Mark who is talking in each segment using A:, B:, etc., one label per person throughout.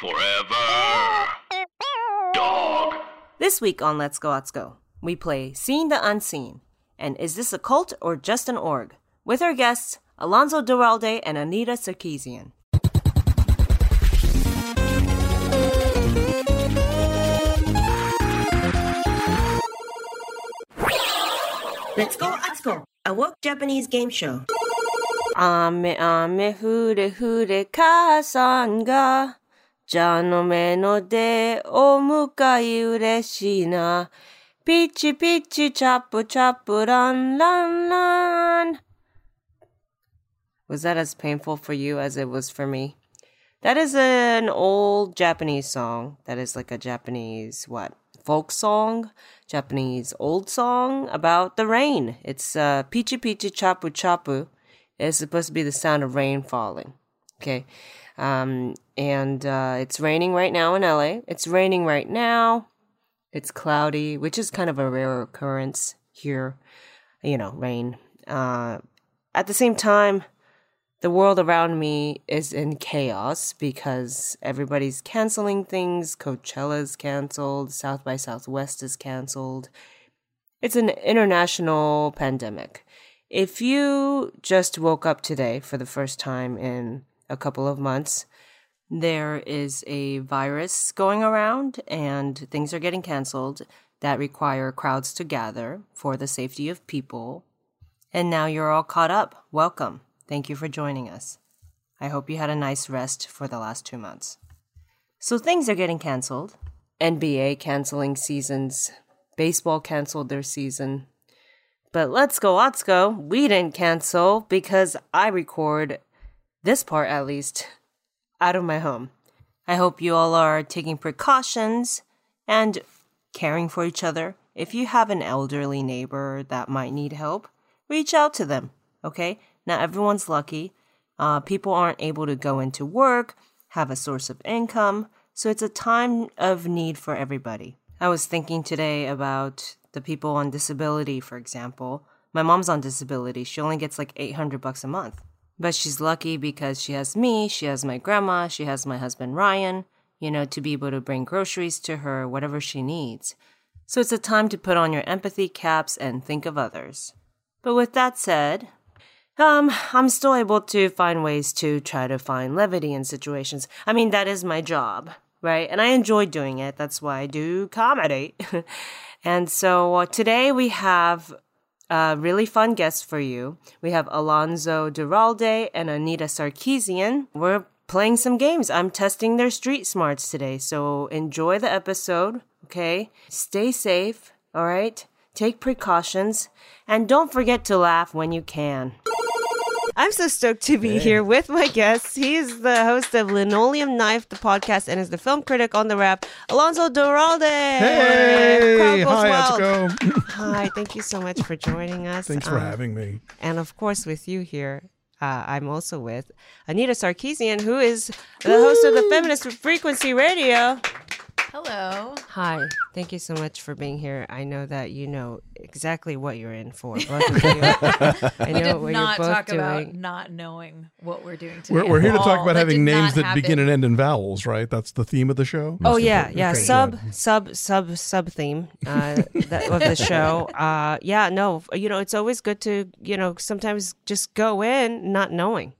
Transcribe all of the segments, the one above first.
A: Forever. Dog.
B: This week on Let's Go Let's Go, we play Seeing the Unseen and Is This a Cult or Just an Org? with our guests Alonzo Duralde and Anita Sarkeesian.
C: Let's go, let's go. A woke Japanese game show.
B: Ame ame hude hude kasanga. じゃのめのでお迎え嬉しいな。ピッチピッチチャップチャップランランラン。Was that as painful for you as it was for me? That is an old Japanese song. That is like a Japanese, what? Folk song? Japanese old song about the rain. It's uh, Pichi Pichi Chapu Chapu. It's supposed to be the sound of rain falling. Okay. Um, and uh, it's raining right now in LA. It's raining right now. It's cloudy, which is kind of a rare occurrence here, you know, rain. Uh, at the same time, the world around me is in chaos because everybody's canceling things. Coachella's canceled, South by Southwest is canceled. It's an international pandemic. If you just woke up today for the first time in a couple of months, there is a virus going around and things are getting canceled that require crowds to gather for the safety of people. And now you're all caught up. Welcome. Thank you for joining us. I hope you had a nice rest for the last two months. So things are getting canceled. NBA canceling seasons, baseball canceled their season. But let's go, let's go. We didn't cancel because I record this part at least out of my home. I hope you all are taking precautions and caring for each other. If you have an elderly neighbor that might need help, reach out to them, okay? Now, everyone's lucky. Uh, people aren't able to go into work, have a source of income, so it's a time of need for everybody. I was thinking today about the people on disability, for example. My mom's on disability. She only gets like 800 bucks a month. But she's lucky because she has me, she has my grandma, she has my husband Ryan, you know, to be able to bring groceries to her, whatever she needs. So it's a time to put on your empathy caps and think of others. But with that said, um, I'm still able to find ways to try to find levity in situations. I mean, that is my job, right? And I enjoy doing it. That's why I do comedy. and so uh, today we have uh, really fun guests for you. We have Alonzo Duralde and Anita Sarkeesian. We're playing some games. I'm testing their street smarts today, so enjoy the episode, okay? Stay safe, all right? Take precautions, and don't forget to laugh when you can. I'm so stoked to be here with my guests. He is the host of Linoleum Knife, the podcast, and is the film critic on the rap, Alonzo Duralde.
D: Hey, hi, how's it go?
B: Hi, thank you so much for joining us.
D: Thanks for
B: Um,
D: having me.
B: And of course, with you here, uh, I'm also with Anita Sarkeesian, who is the host of the Feminist Frequency Radio.
E: Hello.
B: Hi, thank you so much for being here. I know that you know exactly what you're in for. Both of you. I know
E: We did
B: what you're
E: not
B: both
E: talk
B: doing.
E: about not knowing what we're doing today.
D: We're, we're here to
E: at
D: talk
E: all.
D: about having
E: did
D: names
E: not
D: that begin
E: happen.
D: and end in vowels, right? That's the theme of the show.
B: Oh yeah, yeah.
D: Okay,
B: Sub,
D: good.
B: sub, sub, sub theme uh, that, of the show. Uh, yeah, no, you know, it's always good to you know sometimes just go in not knowing.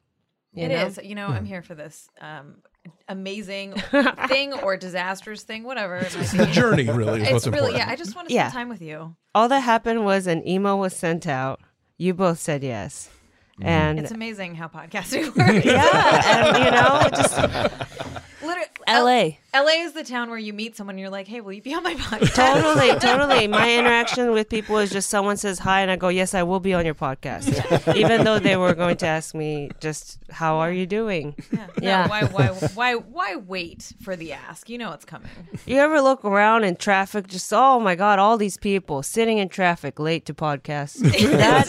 B: You
E: It
B: know?
E: is. You know, I'm here for this. Um, amazing thing or disastrous thing, whatever it might be.
D: The journey really is
E: It's
D: what's
E: really,
D: important.
E: yeah, I just want to
B: Yeah.
E: spend time with you.
B: All that happened was an email was sent out. You both said yes. And
E: It's amazing how podcasting works.
B: yeah, and you know, just
E: Literally,
B: LA.
E: LA is the town where you meet someone and you're like, hey, will you be on my podcast?
B: Totally, totally. My interaction with people is just someone says hi, and I go, "Yes, I will be on your podcast," even though they were going to ask me just how are you doing.
E: Yeah. No, why, why, why, why wait for the ask? You know it's coming.
B: You ever look around in traffic? Just oh my god, all these people sitting in traffic late to podcasts.
E: That's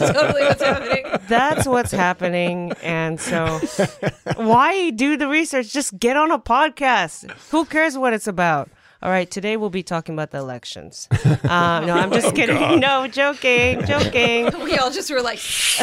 B: That's
E: totally what's happening.
B: that's what's happening, and so why do the research? Just get on a podcast. Who cares what it's about? All right, today we'll be talking about the elections. Um, no, I'm just kidding. No, joking, joking.
E: We all just were like,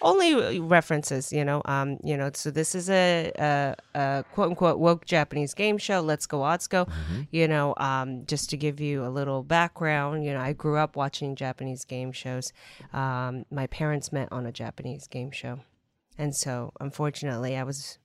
B: only references, you know. Um, you know, so this is a, a, a quote unquote woke Japanese game show. Let's go, Otsuko. You know, um, just to give you a little background, you know, I grew up watching Japanese game shows. Um, my parents met on a Japanese game show, and so unfortunately, I was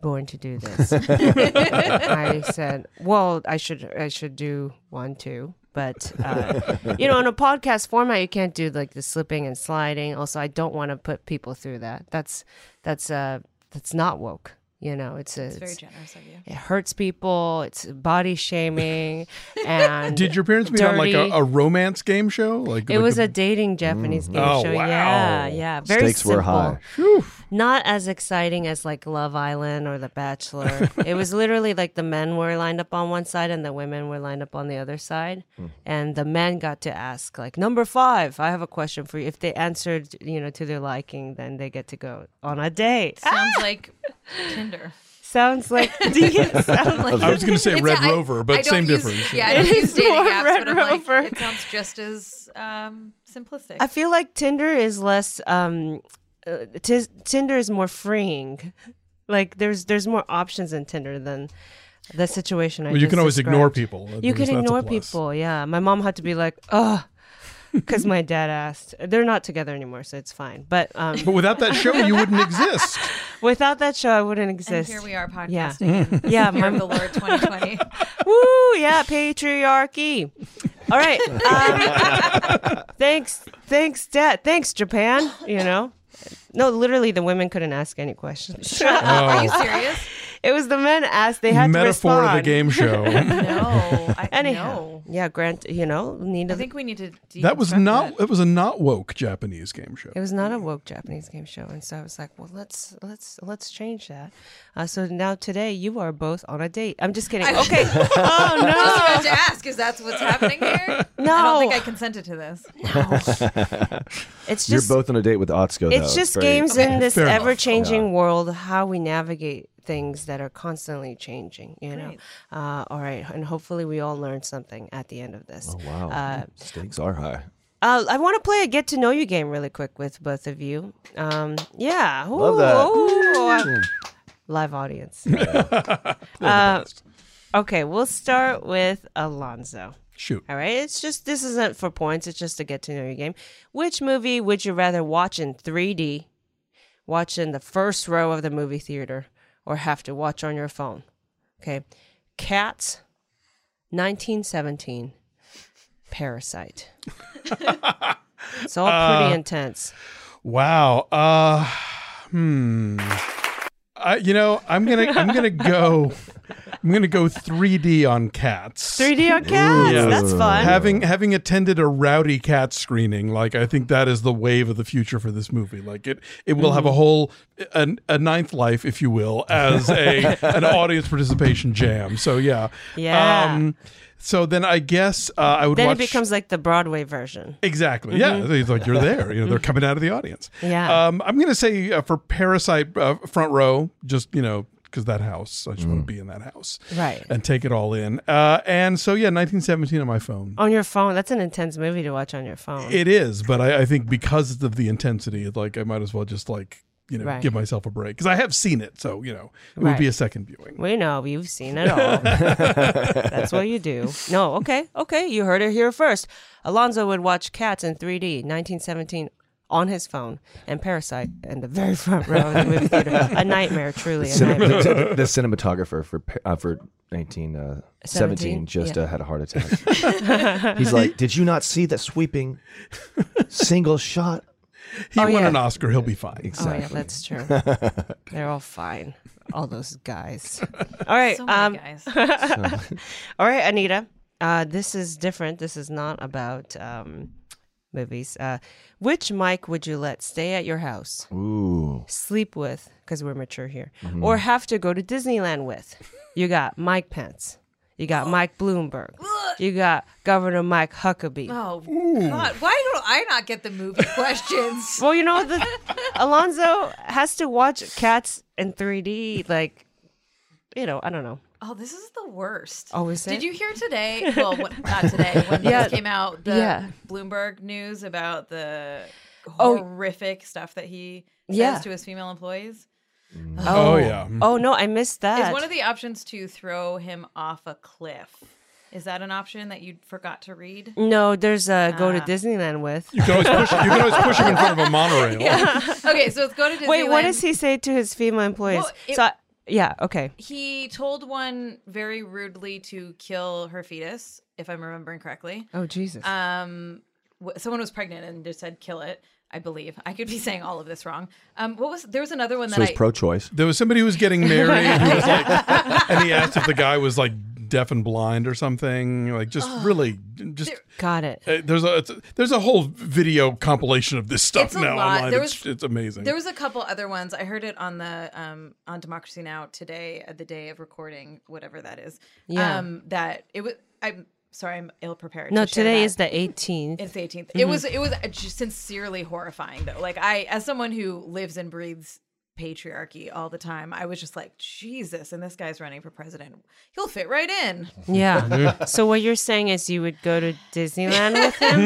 B: born to do this. I said, "Well, I should I should do one too." But uh, you know, in a podcast format, you can't do like the slipping and sliding. Also, I don't want to put people through that. That's that's uh that's not woke. You know, it's a,
E: very
B: it's-
E: generous of you.
B: it hurts people. It's body shaming, and
D: Did your parents meet on like
B: dirty.
D: a, a romance game show? Like
B: It
D: like
B: was a dating Japanese game
D: Oh,
B: show. Yeah,
D: wow.
B: yeah. Very
F: Stakes were
B: simple.
F: high.
B: Not as exciting as like Love Island or The Bachelor. it was literally like the men were lined up on one side and the women were lined up on the other side, and the men got to ask like number five. I have a question for you. If they answered, you know, to their liking, then they get to go on a date.
E: sounds like Tinder.
B: Sounds like sounds like
D: I was going to say Red
E: I-
D: Rover,
E: I
D: but
E: don't
D: same
E: use-
D: difference.
E: Yeah, I don't
B: It
E: use
B: is
E: dating
B: more
E: apps,
B: Red
E: but I'm like,
B: Rover.
E: it sounds just as um, simplistic.
B: I feel like Tinder is less. Um, uh, tis Tinder is more freeing. Like there's there's more options in Tinder than the situation. I
D: Well, you
B: just
D: can always
B: described.
D: ignore people. At
B: You
D: least
B: can
D: that's a
B: ignore
D: plus.
B: people. Yeah, my mom had to be like, oh, because my dad asked. They're not together anymore, so it's fine. But um,
D: But without that show, you wouldn't exist.
B: without that show, I wouldn't
E: and
B: exist.
E: here we are podcasting.
B: Yeah.
E: in the
B: Yeah,
E: year
B: my-
E: of the Lord 2020.
B: Woo! Yeah, patriarchy. All right. um, thanks, thanks, Dad. Thanks, Japan. You know, no, literally, the women couldn't ask any questions.
E: Are you serious?
B: it was the men asked. They had to
D: Metaphor
B: respond.
D: of the game show.
E: No. I,
B: Anyhow,
E: no.
B: yeah, Grant. You know, need
E: I
B: a,
E: think we need to. Deconstruct
D: that was not.
E: that.
D: It was a not woke Japanese game show.
B: it was not a woke Japanese game show, and so I was like, well, let's let's let's change that. Uh, so now today, you are both on a date. I'm just kidding. Okay. oh no.
E: Just about to ask, is that's what's happening here? I
B: No.
E: don't think I consented to this.
B: It's
F: You're
B: just
F: both on a date with Otsko. though.
B: it's just
F: very-
B: games in this
D: Fair enough.
B: ever changing world how we navigate things that are constantly changing you know uh, all right and hopefully we all learn something at the end of this
F: Oh, wow. Stakes are high.
B: uh, i want to play a get to know you game really quick with both of you um, yeah
F: Love that. Hmm.
B: Ooh. live audience uh, okay we'll start with alonzo
D: Shoot.
B: all right, it's just this isn't for points. It's just to get to know your game. Which movie would you rather watch in 3D, watch in the first row of the movie theater, or have to watch on your phone? Okay, Cats, 1917, Parasite. it's all pretty intense.
D: Wow. Uh, hmm. I, you know, I'm gonna, I'm gonna go, I'm gonna go 3D on cats.
B: 3D on Cats,
D: Yes.
B: that's fun.
D: Having having attended a rowdy cat screening, like I think that is the wave of the future for this movie. Like it, it will
B: Mm-hmm.
D: have a whole a, a ninth life, if you will, as a an audience participation jam. So yeah, Um,
B: Yeah.
D: so then I guess uh, I would
B: then
D: watch.
B: it becomes like the Broadway version.
D: Exactly. Yeah, it's like you're there. You know, they're coming out of the audience.
B: Mm-hmm. Yeah.
D: Um, I'm gonna say uh, for Parasite, uh, front row, just you know, because that house, I just want to be in that house,
B: Mm. Right.
D: and take it all in. Uh, and so yeah, 1917 on my phone.
B: On your phone, that's an intense movie to watch on your phone.
D: It is, but I, I think because of the intensity, it's like I might as well just like you know
B: Right.
D: give myself a break because I have seen it, so you know it would be
B: Right.
D: a second viewing.
B: We know you've seen it all. That's what you do. No, okay, okay, you heard it here first. Alonzo would watch Cats in 3D, 1917 on his phone and Parasite in the very front row of the movie theater. A nightmare, truly. A
F: Cine-
B: nightmare.
F: the, the cinematographer for pa- uh, for 19 uh,
B: 17?
F: 17, just
B: Yeah.
F: uh, had a heart attack. He's like, "Did you not see that sweeping single shot?"
D: He won
B: Oh, yeah.
D: an Oscar. He'll be fine.
B: Oh yeah, that's true. They're all fine. All those guys. All right.
E: So
B: um,
E: many guys.
B: all right, Anita. Uh, this is different. This is not about um, movies. Uh, which Mike would you let stay at your house,
F: Ooh,
B: sleep with, because we're mature here,
D: Mm-hmm.
B: or have to go to Disneyland with? You got Mike Pence. You got Mike Bloomberg. You got Governor Mike Huckabee.
E: Oh God! Why don't I not get the movie questions?
B: Well, you know, the, Alonzo has to watch Cats in 3D. Like, you know, I don't know.
E: Oh, this is the worst.
B: Oh, is
E: Did
B: it?
E: you hear today? Well, what, not today. When
B: Yeah.
E: this came out, the
B: Yeah.
E: Bloomberg news about the
B: Oh.
E: horrific stuff that he says
B: Yeah.
E: to his female employees.
D: Oh, yeah.
B: Oh no, I missed that.
E: Is one of the options to throw him off a cliff? Is that an option that you forgot to read?
B: no, there's uh,
E: Ah.
B: go to Disneyland with.
D: You can always push. You can always push him in front of a monorail.
E: Okay, so let's go to Disneyland.
B: Wait, what does he say to his female employees?
E: Well, it-
B: so I- yeah, okay.
E: He told one very rudely to kill her fetus, if I'm remembering correctly.
B: Oh Jesus.
E: um wh- someone was pregnant and just said kill it i believe i could be saying all of this wrong um what was there was another one
F: so
E: that
F: he's
E: i
F: pro-choice.
D: There was somebody who was getting married, who was like, and he asked if the guy was like deaf and blind or something. Like, just really, just.
B: Got it.
D: uh, there's a it's a- there's a whole video compilation of this stuff
E: It's a
D: now
E: lot.
D: online.
E: There
D: it's,
E: was-
D: it's amazing.
E: there was a couple other ones i heard it on the um on democracy now today uh, the day of recording whatever that is
B: Yeah.
E: um that it was i'm sorry i'm ill prepared
B: No,
E: to share
B: today
E: that.
B: is the Mm-hmm. 18th.
E: It's the 18th. It was it was just sincerely horrifying though. Like I as someone who lives and breathes patriarchy all the time, I was just like, Jesus, and this guy's running for president. He'll fit right in.
B: yeah. so what you're saying is you would go to Disneyland with him,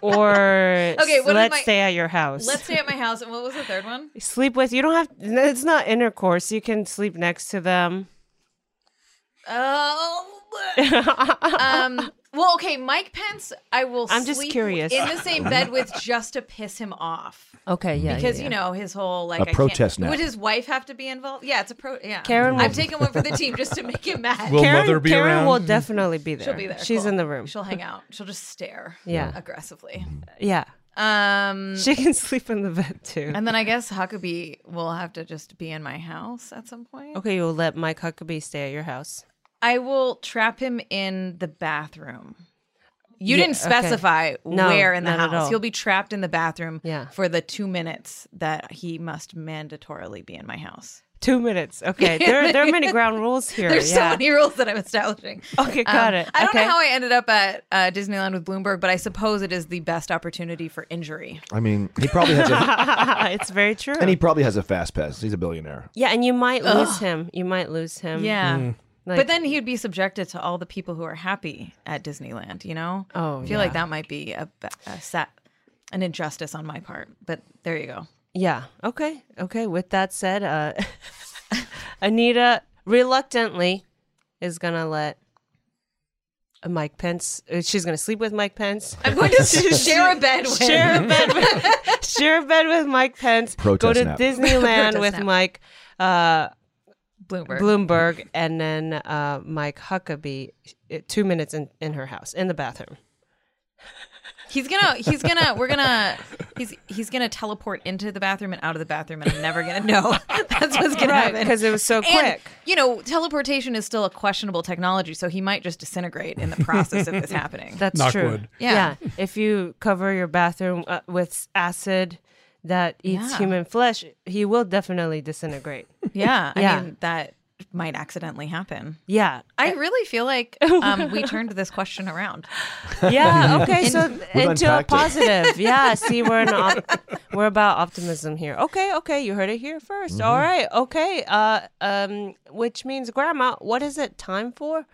B: or
E: Okay,
B: okay,
E: what am
B: let's
E: I-
B: stay at your house.
E: Let's stay at my house. And what was the third one?
B: sleep with. You don't have. It's not intercourse. You can sleep next to them.
E: Oh. um well, okay, Mike Pence, I will
B: I'm just
E: sleep
B: curious.
E: in the same bed with just to piss him off.
B: Okay. Yeah.
E: Because you know his whole like
F: A
E: I can't-
F: protest nap.
E: Would his wife have to be involved? Yeah, it's a pro. Yeah,
B: Karen will-
E: I've taken one for the team just to make him mad.
D: Will
B: Karen,
D: mother be
B: Karen
D: around? Mm-hmm.
B: will definitely be there.
E: She'll be there.
B: She's
E: Cool.
B: in the room.
E: She'll hang out. She'll just stare.
B: Yeah.
E: Aggressively.
B: yeah.
E: Um
B: She can sleep in the bed too.
E: and then I guess Huckabee will have to just be in my house at some point.
B: Okay, you'll let Mike Huckabee stay at your house.
E: I will trap him in the bathroom. You
B: Yeah,
E: didn't
B: okay.
E: specify
B: No,
E: where in the
B: not at
E: house.
B: all.
E: He'll be trapped in the bathroom
B: Yeah.
E: for the two minutes that he must mandatorily be in my house.
B: Two minutes. Okay. There, there are many ground rules here.
E: There's
B: yeah.
E: so many rules that I'm establishing. Um,
B: Okay, got it.
E: I don't
B: Okay.
E: know how I ended up at uh, Disneyland with Bloomberg, but I suppose it is the best opportunity for injury.
F: I mean, he probably has a
B: it's very true.
F: and he probably has a fast pass. He's a billionaire.
B: yeah, and you might lose him. You might lose him.
E: Yeah.
B: Um, hmm. Like-
E: but then he'd be subjected to all the people who are happy at Disneyland, you know?
B: Oh,
E: I feel like that might be a, ba- a set, an injustice on my part. But there you go.
B: Yeah. Okay. Okay. With that said, uh, Anita reluctantly is gonna let Mike Pence. uh, She's gonna sleep with Mike Pence.
E: I'm going to share a bed with
B: share a bed with, share a bed with Mike Pence. go
F: Protest
B: to
F: nap.
B: Disneyland
E: Protest
B: with
E: nap.
B: Mike uh,
E: Bloomberg.
B: Bloomberg and then uh, Mike Huckabee. uh, Two minutes in, in her house in the bathroom.
E: He's gonna, he's gonna, we're gonna, he's he's gonna teleport into the bathroom and out of the bathroom, and I'm never gonna know. That's what's gonna happen
B: because it was so
E: And,
B: quick.
E: you know, teleportation is still a questionable technology, so he might just disintegrate in the process of this happening.
B: That's
D: Knock
B: true.
D: wood.
E: Yeah.
B: If you cover your bathroom uh, with acid that eats
E: Yeah.
B: human flesh, he will definitely disintegrate.
E: yeah, I
B: Yeah.
E: mean that might accidentally happen.
B: yeah.
E: I really feel like um, we turned this question around.
B: Yeah. Okay. so into a
F: unpacked it.
B: positive. Yeah. See, we're an op- we're about optimism here. Okay. Okay. You heard it here 1st All right. Okay. Uh. Um. Which means, Grandma, what is it time for?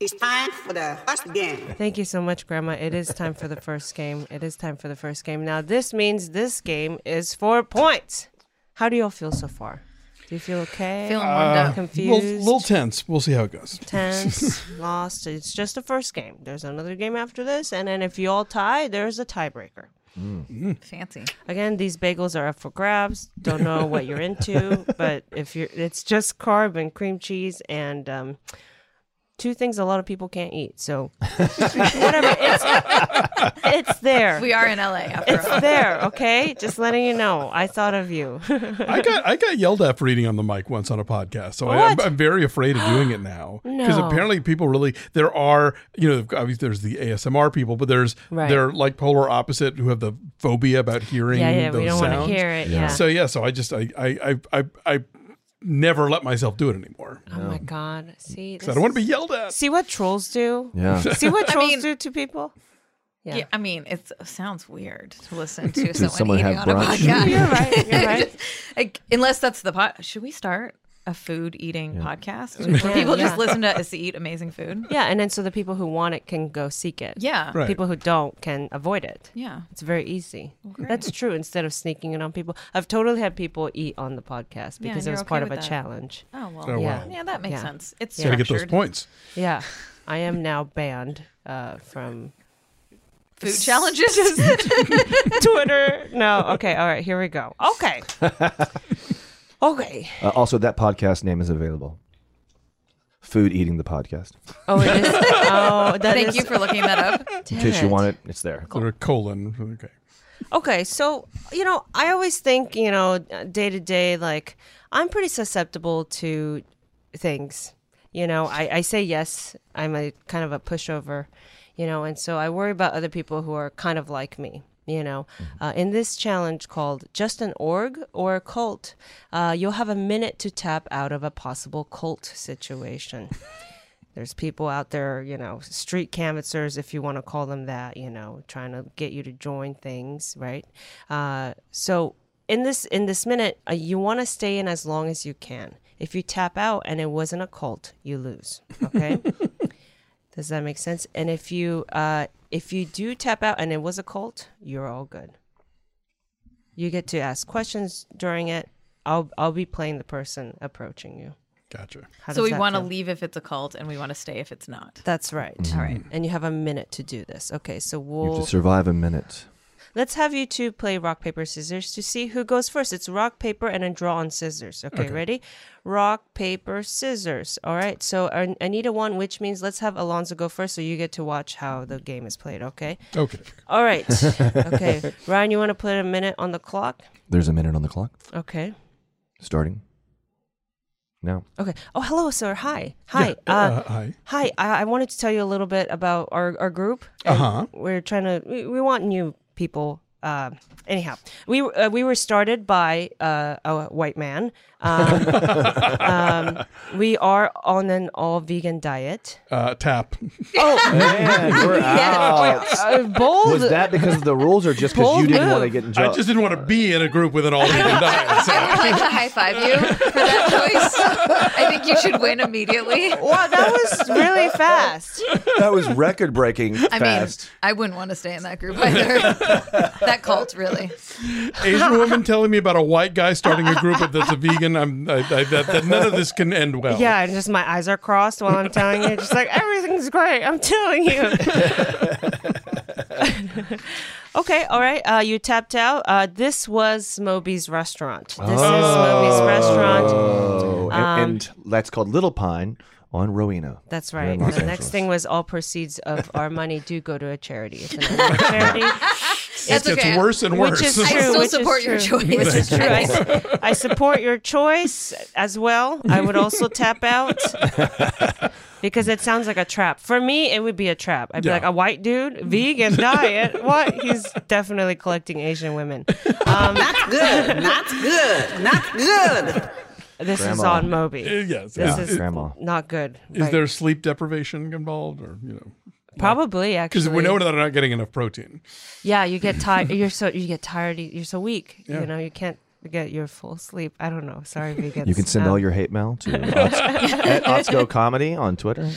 G: It's time for the first game.
B: Thank you so much, Grandma. It is time for the first game. It is time for the first game. Now, this means this game is for points. How do y'all feel so far? Do you feel okay?
E: Feeling warmed up.
F: Uh,
D: little,
B: confused,
D: little tense. We'll see how it goes.
B: tense, lost. It's just the first game. There's another game after this, and then if you all tie, there's a tiebreaker.
E: Fancy.
B: Again, these bagels are up for grabs. Don't know what you're into, but if you're, it's just carb and cream cheese and um, two things a lot of people can't eat. So whatever, it's it's there.
E: We are in LA after all.
B: it's there. Okay, just letting you know. I thought of you.
D: I got I got yelled at for eating on the mic once on a podcast, so I, I'm, I'm very afraid of doing it now because
B: No.
D: apparently people really there are you know obviously there's the ASMR people, but there's
B: Right.
D: they're like polar opposite who have the phobia about hearing.
B: yeah, yeah.
D: those
B: We don't
D: sounds.
B: want to hear it. Yeah.
D: So yeah, so I just I I I I, I never let myself do it anymore
B: oh my god. See,
D: 'Cause I don't want to be yelled at.
B: See what trolls do.
F: Yeah.
B: See what trolls
E: mean-
B: do to people. Yeah.
E: Yeah. I mean, it's, it sounds weird to listen to someone,
F: someone
E: eating
F: have
E: on
F: brunch?
E: a podcast.
B: You're right. You're right.
E: like, unless that's the pot. Should we start a food eating podcast where people
B: yeah.
E: just listen to us eat amazing food?
B: Yeah, and then so the people who want it can go seek it.
E: Yeah.
D: Right.
B: People who don't can avoid it.
E: Yeah.
B: It's very easy. That's true. Instead of sneaking it on people, I've totally had people eat on the podcast
E: Yeah,
B: because
E: you're
B: it was
E: okay
B: part of a
E: with that.
B: challenge.
E: Oh well.
D: Oh,
B: Yeah.
D: wow.
E: Yeah, that makes
B: Yeah.
E: sense. It's
D: Gotta get
E: structured.
D: those points.
B: Yeah, I am now banned uh, from
E: Food challenges.
B: Twitter. No. Okay. All right. Here we go. Okay. Okay.
F: Uh, also, that podcast name is available. Food eating the podcast.
B: Oh, it is. Oh, that
E: Thank
B: is-
E: you for looking that up.
F: In case you want it, it's there.
D: Or a colon. Okay.
B: Okay, so you know, I always think, you know, day to day, like I'm pretty susceptible to things. You know, I, I say yes. I'm a kind of a pushover, you know, and so I worry about other people who are kind of like me. You know, uh, in this challenge called just an org or a cult, uh, you'll have a minute to tap out of a possible cult situation. There's people out there, you know, street canvassers, if you want to call them that, you know, trying to get you to join things, right? Uh, so in this in this minute, uh, you want to stay in as long as you can. If you tap out and it wasn't a cult, you lose. Okay. Does that make sense? And if you uh, if you do tap out and it was a cult, you're all good. You get to ask questions during it. I'll I'll be playing the person approaching you.
D: Gotcha.
B: How
E: so
B: does
E: we
B: that
E: want to
B: feel?
E: leave if it's a cult, and we want to stay if it's not.
B: That's right.
D: Mm.
E: All right.
B: and you have a minute to do this. Okay, so
F: You have
B: we'll
F: to survive a minute.
B: let's have you two play rock paper scissors to see who goes first. It's rock paper and then draw on scissors. Okay, ready? Rock paper scissors. All right. So An- Anita won, which means let's have Alonzo go first, so you get to watch how the game is played. Okay.
D: Okay.
B: All right. okay, Ryan, you want to put a minute on the clock?
F: There's a minute on the clock
B: Okay.
F: starting now.
B: Okay. Oh, hello, sir. Hi. Hi.
D: Yeah,
B: uh,
D: uh, hi.
B: Hi. I-, I wanted to tell you a little bit about our, our group.
D: Uh huh.
B: we're trying to we, we want new people um anyhow we were- uh, we were started by uh, a white man um, um, we are on an all vegan diet
D: Uh, tap.
F: Oh, Man, we're out.
B: uh, bold
F: Was that because of the rules or just because you
B: Bold
F: didn't want to
B: move.
F: get in
D: I
F: jail?
D: just didn't want to be in a group with an all vegan diet.
E: I would like to high five you for that choice. I think you should win immediately.
B: wow that was really fast
F: that was record breaking
E: I
F: fast.
E: mean, I wouldn't want to stay in that group either. that cult, really.
D: Asian woman telling me about a white guy starting a group that's a vegan. I'm I, I, that, that none of this can end well.
B: yeah and just my eyes are crossed while i'm telling you just like everything's great i'm telling you okay all right uh, you tapped out uh, this was moby's restaurant this is moby's restaurant Um,
F: Oh, and, and that's called Little Pine on Rowena.
B: That's
F: We're
B: right.
F: in
B: The
F: Los
B: next
F: Angeles.
B: thing was all proceeds of our money do go to a charity. It's another charity,
E: That's
D: It gets
E: okay.
D: worse and worse.
B: which is true.
E: I still
B: which is
E: support your
B: true,
E: choice.
B: Which is true. I, s- I support your choice as well. I would also tap out because it sounds like a trap. For me, it would be a trap. I'd be
D: Yeah.
B: like a white dude, vegan diet. What? He's definitely collecting Asian women. Um,
G: Not good. Not good. Not good.
B: this is
F: Grandma.
B: on Moby.
D: Uh, yes.
F: Yeah,
D: Is, is-
F: grandma.
B: Not good.
D: is
B: right?
D: there sleep deprivation involved, or you know,
B: probably actually?
D: because we know that they're not getting enough protein.
B: Yeah, you get tired. you're so you get tired. you- You're so weak.
D: Yeah.
B: You know, you can't get your full sleep. I don't know. Sorry, vegans.
F: You can send
B: Um,
F: all your hate mail to Ots- at Otsko Comedy on Twitter.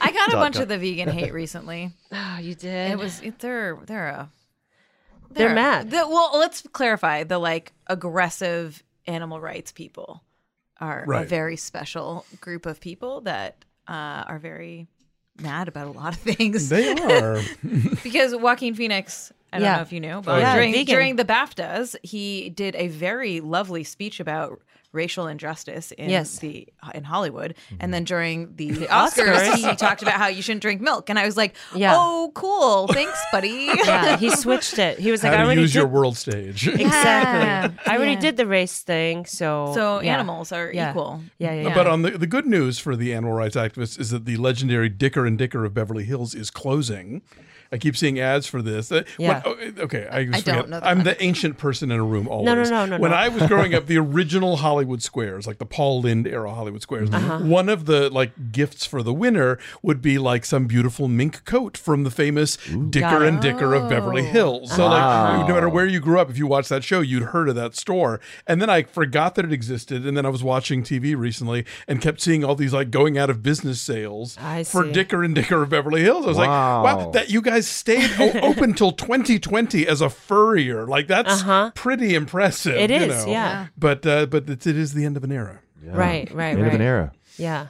E: I got a bunch of the vegan hate recently.
B: Oh, you did.
E: It was it, they're they're a
B: They're mad.
E: the- well, let's clarify the like aggressive animal rights people are a
D: Right.
E: very special group of people that uh, are very mad about a lot of things.
D: They are.
E: because Joaquin Phoenix I don't
B: Yeah.
E: know if you knew, but
B: Oh, yeah,
E: during,
B: vegan.
E: during the BAFTAs, he did a very lovely speech about racial injustice in
B: Yes.
E: the uh, in Hollywood.
B: Mm-hmm.
E: And then during the, Oscars, he talked about how you shouldn't drink milk, and I was like,
B: Yeah.
E: "Oh, cool, thanks, buddy."
B: yeah, Uh, he switched it. He was like, I
D: How to
B: already
D: use
B: did
D: your world stage.
B: exactly. I already
E: Yeah.
B: did the race thing, so
E: So
B: yeah.
E: animals are
B: Yeah.
E: equal.
B: Yeah, yeah, yeah.
D: But um, on the, the good news for the animal rights activists is that the legendary Dicker and Dicker of Beverly Hills is closing. I keep seeing ads for this. Uh, when-
B: Yeah.
D: oh, okay, I, just
E: don't
D: forget.
E: know the
D: I'm the ancient person in a room always.
B: no, no, no,
D: When
B: no.
D: I was growing up, the original Hollywood squares, like the Paul Lind era Hollywood squares,
B: Uh-huh.
D: one of the like gifts for the winner would be like some beautiful mink coat from the famous Dicker and Dicker of Beverly
B: Oh.
D: Hills. So
B: Ah.
D: like no matter where you grew up, if you watched that show, you'd heard of that store. And then I forgot that it existed. And then I was watching TV recently and kept seeing all these like going out of business sales
B: I
D: for
B: see.
D: Dicker and Dicker of Beverly Hills. I was like, wow,
F: Wow.
D: that you guys stayed o- open till 2020 as a furrier. Like that's pretty impressive.
B: Uh-huh. It
D: you
B: is,
D: know?
B: yeah.
D: But uh, but it, it is the end of an era.
B: Right, right,
F: End of
B: right.
F: an era.
B: yeah.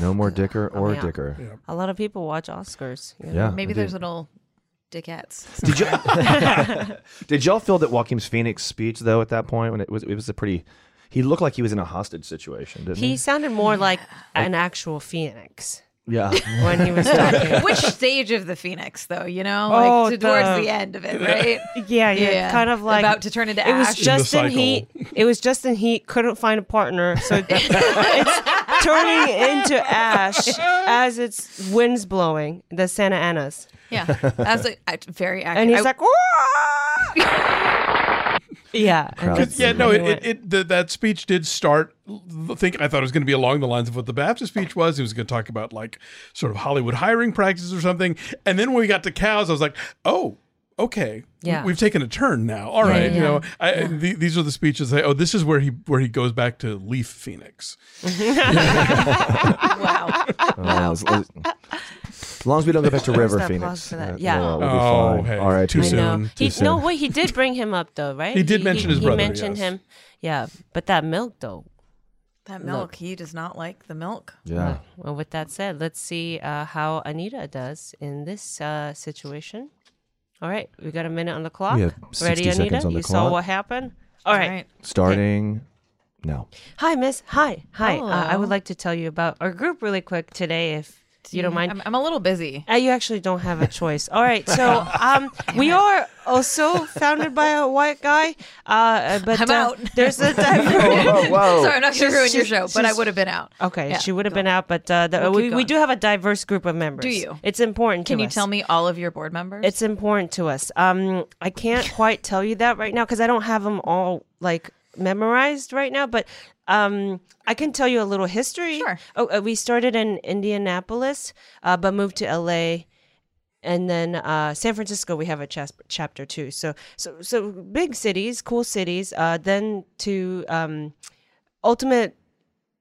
F: No more Dicker or
B: yeah.
F: Dicker.
B: A lot of people watch Oscars. you know?
F: Yeah.
E: Maybe
F: indeed.
E: there's little dickettes.
F: Did you Did y'all feel that Joaquin Phoenix speech though at that point when it was it was a pretty he looked like he was in a hostage situation, didn't
B: He sounded more like an actual phoenix
F: he? Yeah.
B: when he was talking.
E: Which stage of the phoenix, though? You know,
B: Oh,
E: like to, towards
B: the-
E: the end of it, right?
B: Yeah, yeah, kind of like
E: about to turn into
B: It was
E: ash.
B: just in
D: cycle.
B: heat. It was just in heat. Couldn't find a partner, so it's turning into ash as its winds blowing the Santa Anas,
E: yeah, that's like, I- very accurate.
B: and he's
E: I-
B: like, "Wah!" yeah, and
F: Crowd.
B: it's-
D: Yeah, no, it,
B: Anyway.
D: it, it th- that speech did start. I think I thought it was going to be along the lines of what the Baptist speech was. He was going to talk about like sort of Hollywood hiring practices or something. And then when we got to cows, I was like, oh. Okay. We-
B: Yeah.
D: We've taken a turn now. All right. You know, I, the, these are the speeches. That, oh, this is where he where he goes back to Leaf Phoenix.
E: wow.
F: Uh, as, as- as long as we don't go back to River
B: that
F: Phoenix.
B: pause for that?
F: uh,
B: Yeah.
F: we'll- we'll be
D: Oh,
F: fine.
D: hey,
F: R.I.P.
D: too
B: I know.
D: soon.
B: He,
F: Too
B: No,
F: soon.
B: wait, he did bring him up though, right?
D: He did mention his
B: he
D: brother,
B: mentioned
D: yes.
B: him. Yeah, but that milk though.
E: That milk, he does not like the milk.
F: Yeah.
B: Well, with that said, let's see uh, how Anita does in this uh, situation. All right, we got a minute on the clock.
F: have 60
B: Ready,
F: seconds
B: Anita?
F: on the
B: you saw
F: clock.
B: what happened. All right.
F: Starting now.
B: Hi, Miss. Hi. Hi. Uh, I
E: Hello.
B: would like to tell you about our group really quick today, if you don't mind.
E: I'm, I'm a little busy.
B: Uh, you actually don't have a choice. All right, so um, we are also founded by a white guy, uh, but
E: I'm
B: uh,
E: out.
B: there's a diver.
F: whoa.
E: Sorry, I'm not going
B: She's-
E: to ruin your
B: she's-
E: show, but I
B: she's-
E: would have been out.
B: Okay,
E: Yeah,
B: she would have
E: go.
B: been out, but uh, the,
E: We'll keep
B: we, we
E: going.
B: do have a diverse group of members.
E: you?
B: It's important.
E: Can
B: to
E: you
B: us.
E: tell me all of your board members?
B: It's important to us. Um, I can't quite tell you that right now because I don't have them all like memorized right now, but um, I can tell you a little history.
E: Sure.
B: Oh, uh, we started in Indianapolis, uh, but moved to LA. And then uh, San Francisco, we have a chas- chapter too. So, so, so big cities, cool cities. Uh, then to um, ultimate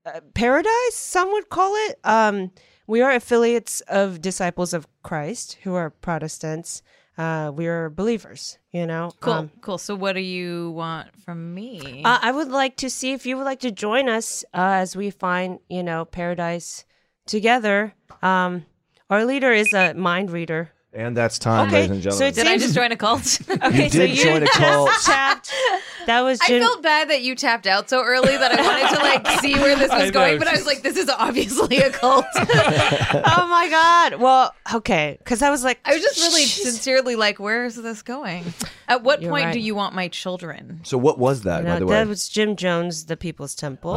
B: uh, paradise, some would call it. Um, we are affiliates of Disciples of Christ, who are Protestants. Uh, we are believers, you know.
E: cool,
B: Um,
E: cool. So, what do you want from me?
B: uh, I would like to see if you would like to join us uh, as we find, you know, paradise together. Um, our leader is a mind reader.
F: And that's time,
B: Okay,
F: ladies and
B: so
F: gentlemen.
B: it's-
E: Did I just join a cult?
B: Okay,
F: you did join a cult.
B: tapped. That was
E: I
B: Jim.
E: felt bad that you tapped out so early that I wanted to like see where this
D: I
E: was
D: know,
E: going, but I
D: it's
E: was like, this is obviously a cult.
B: oh my god. Well, okay, because I was like,
E: I was just really
B: "Jeez."
E: sincerely like, where is this going? At what
B: You're
E: point
B: right.
E: do you want my children?
F: So what was that, by
B: No,
F: the way?
B: that was Jim Jones, the People's Temple.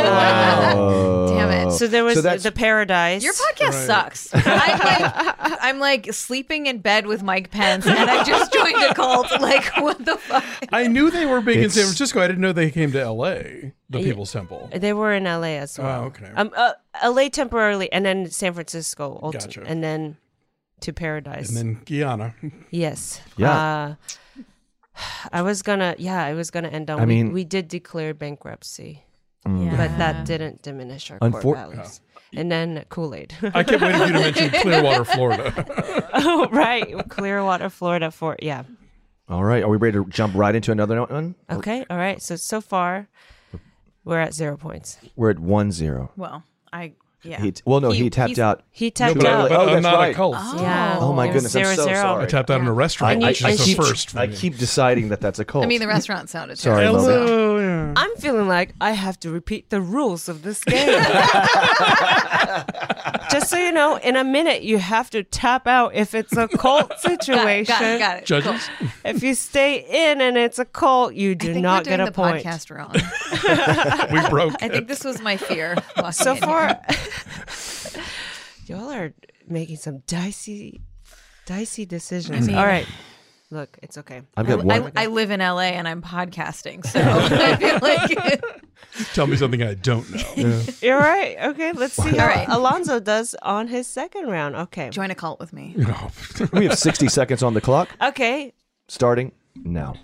F: Oh.
E: Damn it.
B: So there was
F: So that's-
B: the paradise.
E: Your podcast sucks. I, like, I'm like sleeping in bed with Mike Pence, and I just joined a cult. Like, what the fuck?
D: I knew they were big in San
F: It's-
D: Francisco. I didn't know they came to L.A. The People's Temple.
B: They were in LA as well.
D: Oh, okay.
B: Um, uh, LA temporarily, and then San Francisco, ulti-
D: Gotcha.
B: and then to paradise.
D: And then Guyana.
B: yes.
F: Yeah.
B: Uh, I was gonna, yeah, I was gonna end on.
F: I
B: we,
F: mean- Mm.
B: we did declare bankruptcy,
E: Yeah.
B: but that didn't diminish our core
F: Unfor-
B: values. And then Kool Aid.
D: I kept waiting for you to mention Clearwater, Florida.
B: oh, right, Clearwater, Florida. For yeah.
F: All right. Are we ready to jump right into another one?
B: Okay. All right. So so far, we're at zero points.
F: We're at one zero.
E: Well, I Yeah.
F: He t- well, no, he,
E: He-
F: tapped
E: he's-
F: out.
B: he tapped
F: but I-
B: out.
F: but Oh,
D: I'm
F: that's
D: not a
F: right.
D: cult.
B: Yeah.
F: Oh my
B: It was
F: goodness, I'm so
B: zero, zero.
F: sorry.
D: I tapped out in a restaurant,
B: I-
D: which
B: I-
D: is a
B: I-
D: first. for
F: I
D: me.
F: keep deciding that that's a cult.
E: I mean, the restaurant sounded
F: Sorry,
E: terrible.
F: Logan.
E: so-
D: Hello, yeah.
B: I'm feeling like I have to repeat the rules of this game. Just so you know, in a minute you have to tap out if it's a cult
E: Got
B: situation.
E: it, got it, got it. Cool.
D: Judges,
B: If you stay in and it's a cult, you
E: I
B: do
E: think
B: not
E: we're doing
B: get a
E: the
B: point.
E: podcast wrong.
D: we broke.
E: I think this was my fear. walking
B: So
E: in here.
B: far, y'all are making some dicey, dicey decisions. All right, look, it's okay.
F: I've got
E: I,
F: one.
E: I live in LA and I'm podcasting, so I feel like
D: Tell me something I don't know.
B: You're right. Okay, let's see how
E: All right.
B: Alonzo does on his second round. Okay.
E: join a cult with me.
F: we have 60 seconds on the clock,
B: Okay.
F: starting now.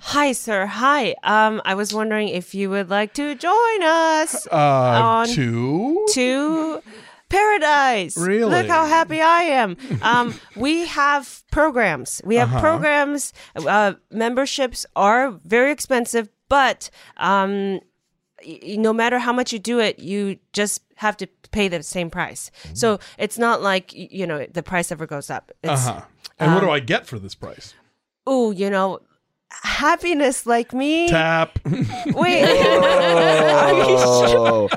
B: Hi, sir. Hi. Um, I was wondering if you would like to join us
D: Uh,
B: On
D: two.
B: to paradise.
D: Really?
B: Look how happy I am. Um, we have programs. We
D: Uh-huh.
B: have programs. Uh, memberships are very expensive, but um, y- y- no matter how much you do it, you just have to pay the same price.
D: Mm-hmm.
B: So it's not like y- you know the price ever goes up. It's
D: Uh-huh. And what do I get for this price?
B: oh, you know, happiness like me.
D: Tap.
B: Wait.
F: Oh,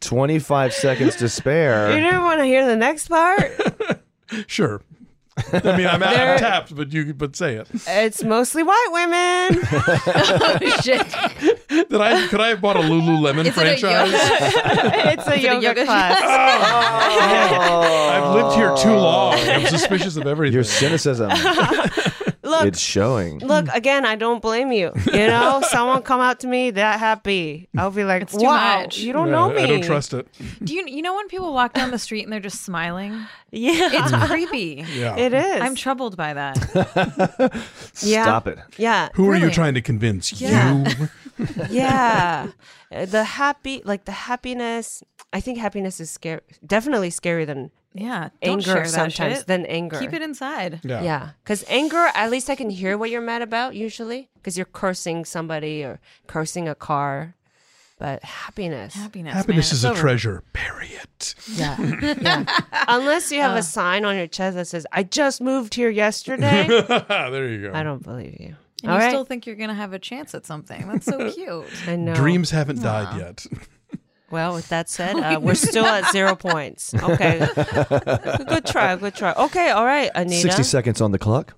F: 25 seconds to
B: You
F: spare.
B: didn't want to hear the next part?
D: sure. I mean, I'm, I'm tapped, but you but say it.
B: It's mostly white women.
E: oh shit!
D: Did I could I have bought a Lululemon
E: Is it a
D: franchise?
E: yoga?
B: It's a
E: it a
B: yoga,
E: yoga
B: class.
F: Oh,
D: I've lived here too long. I'm suspicious of everything.
F: Your cynicism,
B: Look,
F: it's showing.
B: look again. I don't blame you. You know, someone come out to me that happy, I'll be like,
E: too
B: "Wow,
E: much."
B: you don't
D: Yeah,
B: know me.
D: I don't trust it.
E: Do you you know when people walk down the street and they're just smiling?
B: Yeah,
E: It's creepy.
D: Yeah.
B: it is.
E: I'm troubled by that.
B: yeah.
F: Stop it.
B: Yeah.
D: Who are you
B: really.
D: trying to convince?
B: Yeah.
D: You.
B: yeah Uh, the happy like the happiness i think happiness is scary definitely scarier than
E: Yeah, don't share
B: anger
E: that
B: sometimes
E: shit.
B: than anger
E: Keep it inside.
D: Yeah.
B: yeah because anger at least i can hear what you're mad about usually because you're cursing somebody or cursing a car but happiness
E: Happiness.
D: Happiness
E: man.
D: is
E: It's
D: a
E: over.
D: treasure. Bury it.
B: yeah, yeah. unless you have
E: uh,
B: a sign on your chest that says i just moved here yesterday
D: there you go.
B: i don't believe you
E: And
B: All
E: you
B: right.
E: still think you're gonna have a chance at something? That's so cute.
B: I know.
D: Dreams haven't died yet.
B: Well, with that said, uh, we're still at zero points. Okay. good try. Good try. Okay. All right, Anita.
F: 60 seconds on the clock,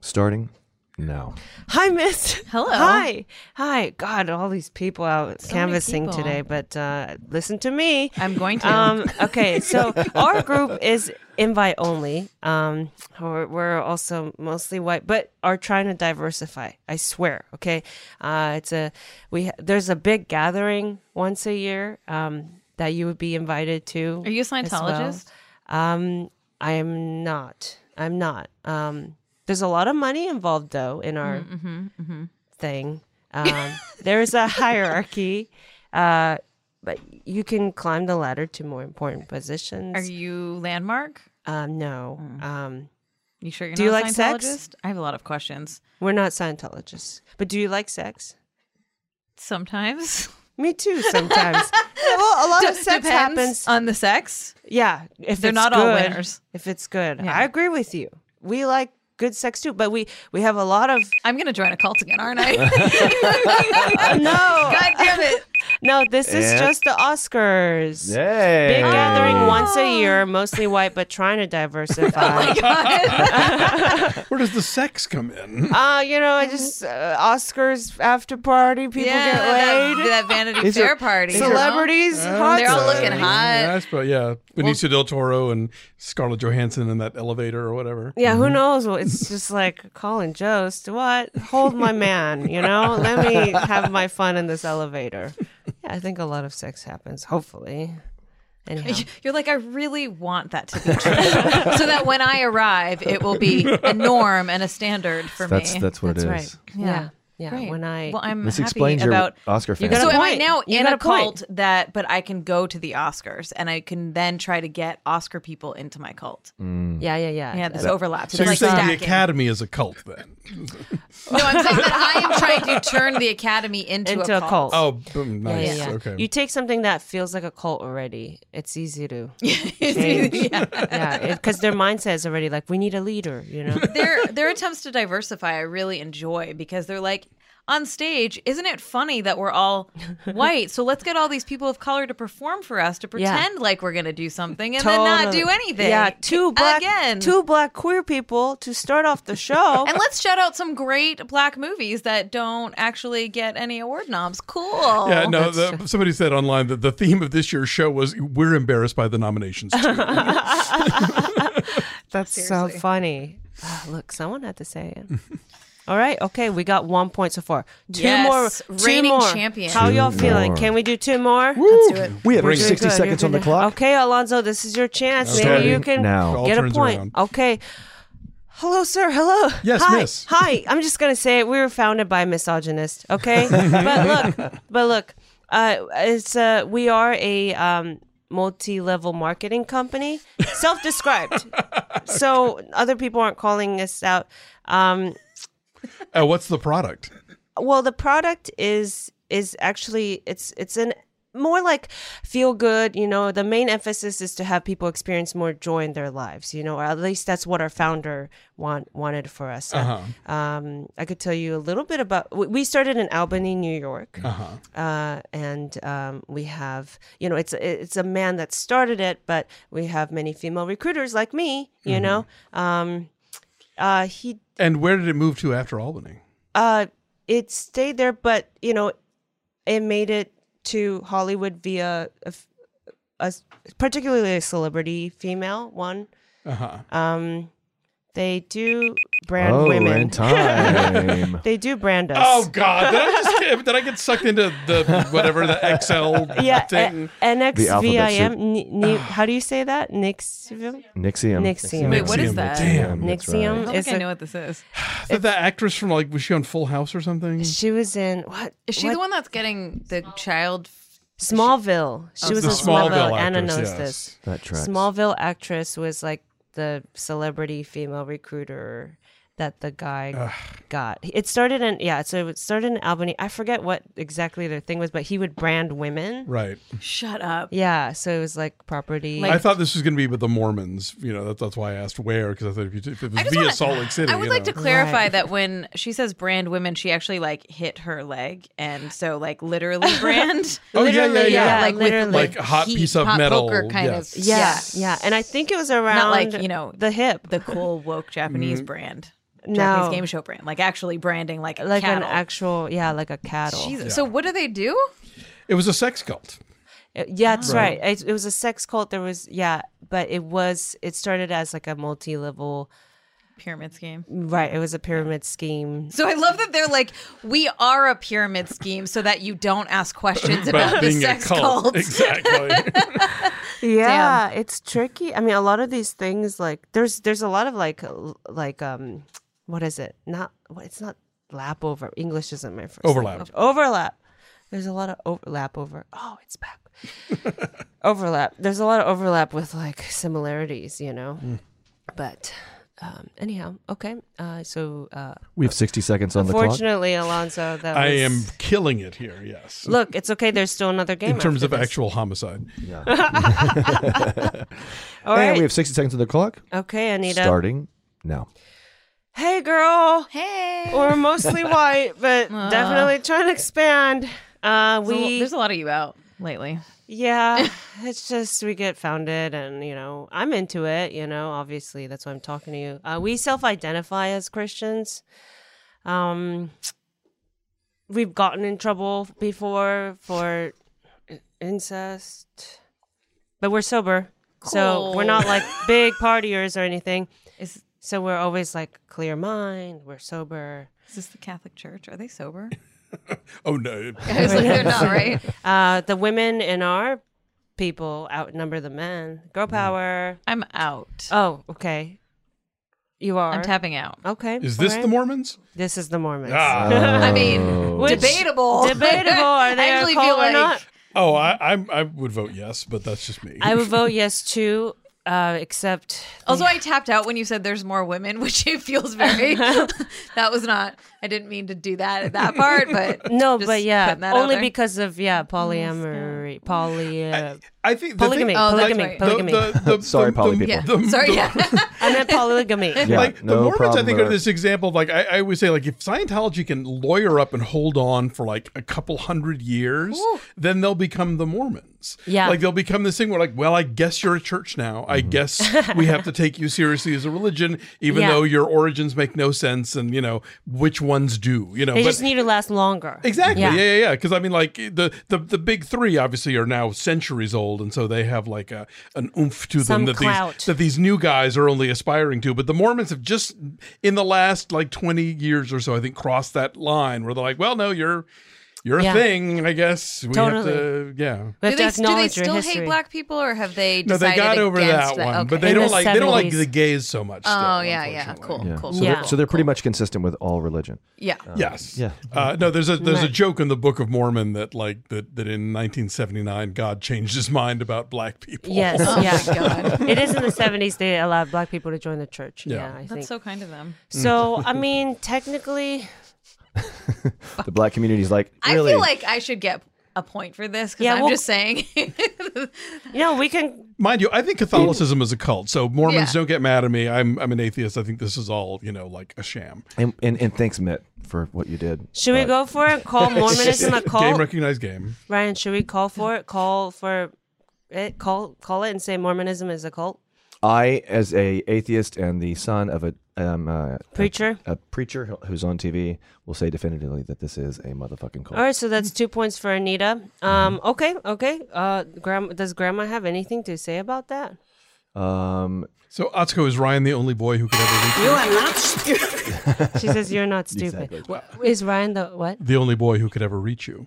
F: starting now.
B: Hi, Miss.
E: Hello.
B: Hi. Hi. God, all these people out
E: many
B: canvassing
E: people.
B: today, but uh, listen to me.
E: I'm going to.
B: Um, okay, so our group is invite only. Um, we're, we're also mostly white, but are trying to diversify. I swear. Okay, uh, it's a we. ha- There's a big gathering once a year um, that you would be invited to.
E: Are you a
B: as well.
E: Scientologist?
B: Um, I am not. I'm not. Um, there's a lot of money involved though in our
E: Mm-hmm,
B: thing. Um, there's a hierarchy. Uh, but you can climb the ladder to more important positions.
E: Are you landmark?
B: um, no,
E: Hmm.
B: um,
E: You sure you're
B: Do
E: not
B: you
E: a
B: like sex?
E: Scientologist? I have a lot of questions.
B: we're not Scientologists. But do you like sex?
E: Sometimes
B: Me too. Sometimes. Yeah, well, a lot of
E: D-
B: sex
E: depends
B: happens.
E: on the sex.
B: yeah, if
E: They're
B: it's
E: not all
B: good,
E: winners.
B: If it's good,
E: Yeah.
B: I agree with you. We like good sex too, but we we have a lot of
E: I'm gonna join a cult again, aren't I? God
B: no.
E: damn it!
B: No, this is
F: Yeah.
B: just the Oscars.
F: Yay.
B: Big
E: Oh.
B: gathering once a year, mostly white, but trying to diversify.
D: Where does the sex come in?
B: uh, you know, I just uh, Oscars after party, people
E: yeah,
B: get
E: that,
B: laid.
E: that Vanity
F: These are
E: Fair party. you know?
B: Celebrities, hot
E: They're all
B: celebrities.
E: looking hot.
D: Yeah, I suppose, yeah. Benicio del Toro and Scarlett Johansson in that elevator or whatever.
B: Yeah, who knows? Well, It's just like Colin Jost. What? Hold my man. You know, let me have my fun in this elevator. Yeah, I think a lot of sex happens. Hopefully, anyhow.
E: You're like, I really want that to be true, so that when I arrive, it will be a norm and a standard for
F: That's,
E: me.
F: that's what
B: That's
F: it
B: right.
F: is.
B: Yeah. Yeah,
E: Great.
B: when I
E: well, I'm
F: This
E: happy
F: explains your
E: about
F: Oscar
B: You
F: fan.
B: got
E: so
B: a
E: am I
B: point.
E: now
B: You
E: in
B: got
E: a
B: a point.
E: cult that, but I can go to the Oscars and I can then try to get Oscar people into my cult.
F: Mm.
B: yeah, yeah, yeah.
E: Yeah,
B: Uh,
E: this overlaps.
D: So
E: It's
D: you're
E: like
D: saying
E: stacking.
D: the Academy is a cult then?
E: No, I'm saying that I am trying to turn the Academy into,
B: into a cult.
D: Oh, boom,
B: Yeah,
D: nice.
B: yeah, yeah.
D: Okay.
B: You take something that feels like a cult already. It's easy to,
E: yeah.
B: yeah, because their mindset is already like, we need a leader, you know.
E: their their attempts to diversify I really enjoy because they're like on stage, isn't it funny that we're all white? So let's get all these people of color to perform for us to pretend like we're going to do something and then not
B: Totally.
E: do anything.
B: Yeah, two black
E: again.
B: two black queer people to start off the show.
E: and let's shout out some great black movies that don't actually get any award noms. Cool.
D: Yeah, no. The, somebody said online that the theme of this year's show was "We're embarrassed by the nominations." Too.
B: That's so funny. Ah, look, someone had to say it. All right, okay, we got one point so far. Two
E: Yes,
B: more,
E: reigning
B: two more.
E: champion.
B: How y'all
F: Two
B: feeling?
F: more.
B: Can we do two more?
F: We have
D: Bring it.
F: 60
B: Good,
F: seconds
B: you're
F: on the
B: good.
F: clock.
B: Okay, Alonzo, this is your chance. Maybe you
F: Starting
B: can
F: now.
D: All
B: get a
D: turns
B: point. Oh.
D: around.
B: Okay. Hello, sir. Hello.
D: Yes,
B: Hi.
D: miss.
B: Hi. I'm just gonna say it. We were founded by misogynists. Okay, but look, but look, uh, it's uh, we are a um, multi-level marketing company, self-described. So other people aren't calling us out. Um,
D: Uh, what's the product?
B: well the product is is actually it's it's an more like feel good you know the main emphasis is to have people experience more joy in their lives you know or at least that's what our founder want wanted for us uh, um, i could tell you a little bit about we- we started in albany new york uh, and um, we have you know it's it's a man that started it but we have many female recruiters like me you know um, uh, he
D: And where did it move to after Albany?
B: uh, it stayed there, but you know, it made it to Hollywood via a, f- a s- particularly a celebrity female one.
D: Uh-huh.
B: Um, they do brand
F: Oh,
B: women.
F: we're in time.
B: They do brand us.
D: Oh God! Did I just get, did I get sucked into the whatever the XL
B: yeah, eh,
D: thing?
F: The alphabet
B: NXVIM.
F: soup.
B: Ni- ni- how do you say that? Nixium.
F: Nixium.
B: Nixium.
E: Wait, what is that?
D: Damn.
F: that's
B: Nixium.
E: I don't
F: right.
E: think
B: It's
E: I
B: a-
E: know what this is.
D: Is that the actress from like was she on Full House or something?
B: She was in what?
E: Is she
B: what?
E: the one that's getting the child?
B: Smallville. She was
D: Oh,
B: in
D: the Smallville
B: Smallville. Anna
D: actress,
B: knows
D: yes.
B: this.
F: That tracks.
B: Smallville actress was like the celebrity female recruiter that the guy got. It started in yeah, so it started in Albany. I forget what exactly the thing was, but he would brand women.
D: Right.
E: Shut up.
B: Yeah, so it was like property.
D: I thought this was going to be with the Mormons. You know, that, that's why I asked where because I thought if, you, if it was
E: I just
D: via
E: wanna-
D: Salt Lake City,
E: I would
D: you
E: like
D: know.
E: to clarify
B: Right.
E: that when she says brand women, she actually like hit her leg, and so like literally brand.
D: Oh, yeah, yeah, yeah.
B: yeah,
E: like
B: literally.
E: with like,
D: Like a hot
E: heat,
D: piece of
E: hot
D: metal,
E: poker kind
D: yes.
E: of.
B: yeah, yeah, and I think it was around
E: like, you know,
B: the hip,
E: the cool woke Japanese
D: Mm-hmm.
E: brand,
B: No.
E: Japanese game show brand, like actually branding like
B: like
E: cattle.
B: an actual yeah, like a cattle.
E: Jesus. So what do they do?
D: It was a sex cult.
B: Uh, Yeah, that's right. It, it was a sex cult. There was yeah, but it was it started as like a multi-level
E: Pyramid scheme.
B: right. It was a pyramid scheme.
E: So I love that they're like, we are a pyramid scheme, so that you don't ask questions about the sex cult.
D: Exactly.
B: Yeah, it's tricky. I mean, a lot of these things like there's there's a lot of like l- like um what is it? Not what it's not lap over. English isn't my first
D: Overlap.
B: language. Overlap. There's a lot of overlap over. Oh, it's back. overlap. There's a lot of overlap with like similarities, you know.
D: Mm.
B: But um anyhow, okay. Uh so uh
F: We have 60 seconds on the clock.
B: fortunately Alonso that
D: I
B: was-
D: am killing it here. Yes.
B: Look, it's okay. There's still another game
D: In terms
B: after
D: of
B: this.
D: actual homicide,
B: All
F: and
B: right.
F: we have 60 seconds on the clock.
B: okay, Anita.
F: Starting now.
B: Hey, girl.
E: Hey.
B: We're mostly white, but definitely trying to expand. Uh,
E: There's a-
B: we,
E: there's a lot of you out lately.
B: yeah, it's just we get founded, and you know, I'm into it. You know, obviously, that's why I'm talking to you. Uh, we self-identify as Christians. Um, we've gotten in trouble before for incest, but we're sober, so we're not like big partiers or anything.
E: Is
B: So we're always like clear mind. We're sober.
E: is this the Catholic Church? Are they sober?
D: oh no,
E: I was like, they're not right.
B: Uh, the women in our
D: Mm-hmm.
B: people outnumber the men. Girl power.
E: I'm out.
B: Oh, okay. You are
E: I'm tapping out.
B: Okay.
D: Is this
B: all
D: the Ah.
B: right.
D: Mormons?
B: This is the Mormons.
E: I mean,
B: Which-
E: debatable.
B: Debatable. Are they
E: I
B: actually
E: actually
B: a cult
E: feel like
B: or not?
D: Oh, I, I I would vote yes, but that's just me.
B: I would vote yes too, uh, except
E: Also, I tapped out when you said there's more women, which it feels very. that was not. I didn't mean to do that at that part, but
B: no,
E: just
B: but yeah,
E: putting that out
B: only
E: there.
B: because of yeah polyamory, poly. Uh,
D: I think
B: Polygamy,
E: Oh, that's
B: polygamy,
E: right. The-
B: polygamy.
F: Sorry, poly people.
E: yeah. Sorry, yeah.
B: I meant polygamy.
F: Yeah,
D: like the
F: no
D: Mormons, I
F: problem
D: think are
F: there.
D: this example. Of like I, I always say, like if Scientology can lawyer up and hold on for like a couple hundred years, then they'll become the Mormons.
B: Yeah.
D: like they'll become this thing where like, well, I guess you're a church now. I
F: Mm-hmm.
D: guess we have to take you seriously as a religion, even
B: Yeah.
D: though your origins make no sense, and you know which ones do. You know,
B: They
D: but-
B: just need to last longer.
D: Exactly.
B: Yeah.
D: Yeah, yeah, yeah. Because I mean, like the, the the big three obviously are now centuries old, and so they have like a an oomph to
B: Some
D: them that
B: clout.
D: these that these new guys are only aspiring to. But the Mormons have just in the last like twenty years or so, I think, crossed that line where they're like, well, no, you're you're
B: Yeah.
D: a thing, I guess. We
B: Totally.
D: have to, yeah.
B: We
E: Do
B: have to
E: they, do they
B: acknowledge your
E: still hate
B: history.
E: black people, or have they?
D: No, they
E: decided
D: got over that
E: against that
D: one, but they
B: In
D: don't
B: the
D: like they don't like
B: 70s.
D: the gays so much. still,
E: Oh yeah, yeah,
D: unfortunately.
E: cool,
F: Yeah.
E: cool.
F: So,
E: cool,
F: they're,
E: cool,
F: so they're pretty
E: cool.
F: much consistent with all religion.
E: yeah.
D: Yes.
F: yeah.
D: Uh, no, there's a there's a
B: Right.
D: joke in the Book of Mormon that like that that in 1979 God changed his mind about black people.
B: Yes,
E: Oh my
B: yeah.
E: god,
B: It is in the 70s they allowed black people to join the church. Yeah,
D: Yeah.
B: I think.
E: that's
B: So,
E: so kind of them.
B: I mean, technically,
F: The black community's like,
E: I
F: really?
E: feel like I should get a point for this because
B: Yeah,
E: I'm
B: well-
E: just saying.
B: you know, we can.
D: Mind you, I think Catholicism is a cult, so Mormons
E: Yeah.
D: don't get mad at me. I'm I'm an atheist. I think this is all you know like a sham.
F: and, and, and thanks, Mitt, for what you did.
B: Should we
F: But-
B: go for it? Call Mormonism a
D: Game
B: cult?
D: recognized game.
B: Ryan, should we call for it? Call for it? Call call it and say Mormonism is a cult?
F: I, as a atheist and the son of a um, uh,
B: Preacher?
F: a preacher who- who's on TV, will say definitively that this is a motherfucking cult.
B: All right, so that's two points for Anita. Um, okay, okay. Uh, grandma, does Grandma have anything to say about that?
F: Um,
D: So Atsuko is Ryan the only boy who could ever reach
G: You are not stupid.
B: She says you're not stupid.
F: Exactly.
B: Is Ryan the what?
D: the only boy who could ever reach you.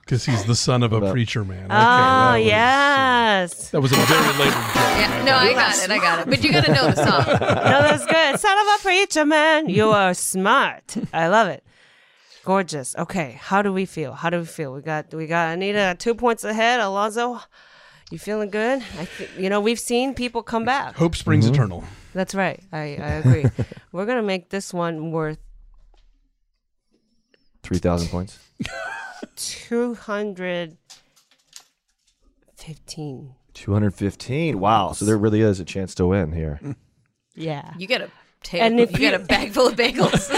D: Because he's the son of a preacher man. Okay,
B: Oh
D: that was-
B: yes.
D: That was a very later joke.
E: yeah, no, I got it, I got it. But you gotta know the song.
B: No, that's good. Son of a preacher man, you are smart. I love it. Gorgeous. Okay, how do we feel? How do we feel? We got we got Anita two points ahead. Alonzo, you feeling good? I th- you know we've seen people come back.
D: Hope springs eternal.
B: That's right. I, I agree. We're gonna make this one worth
F: 3,000 points.
B: two hundred fifteen.
F: 215. Wow. So there really is a chance to win here.
B: Yeah.
E: You get a tail,
B: And
E: and
B: if
E: you, get
B: you-
E: a bag full of bagels.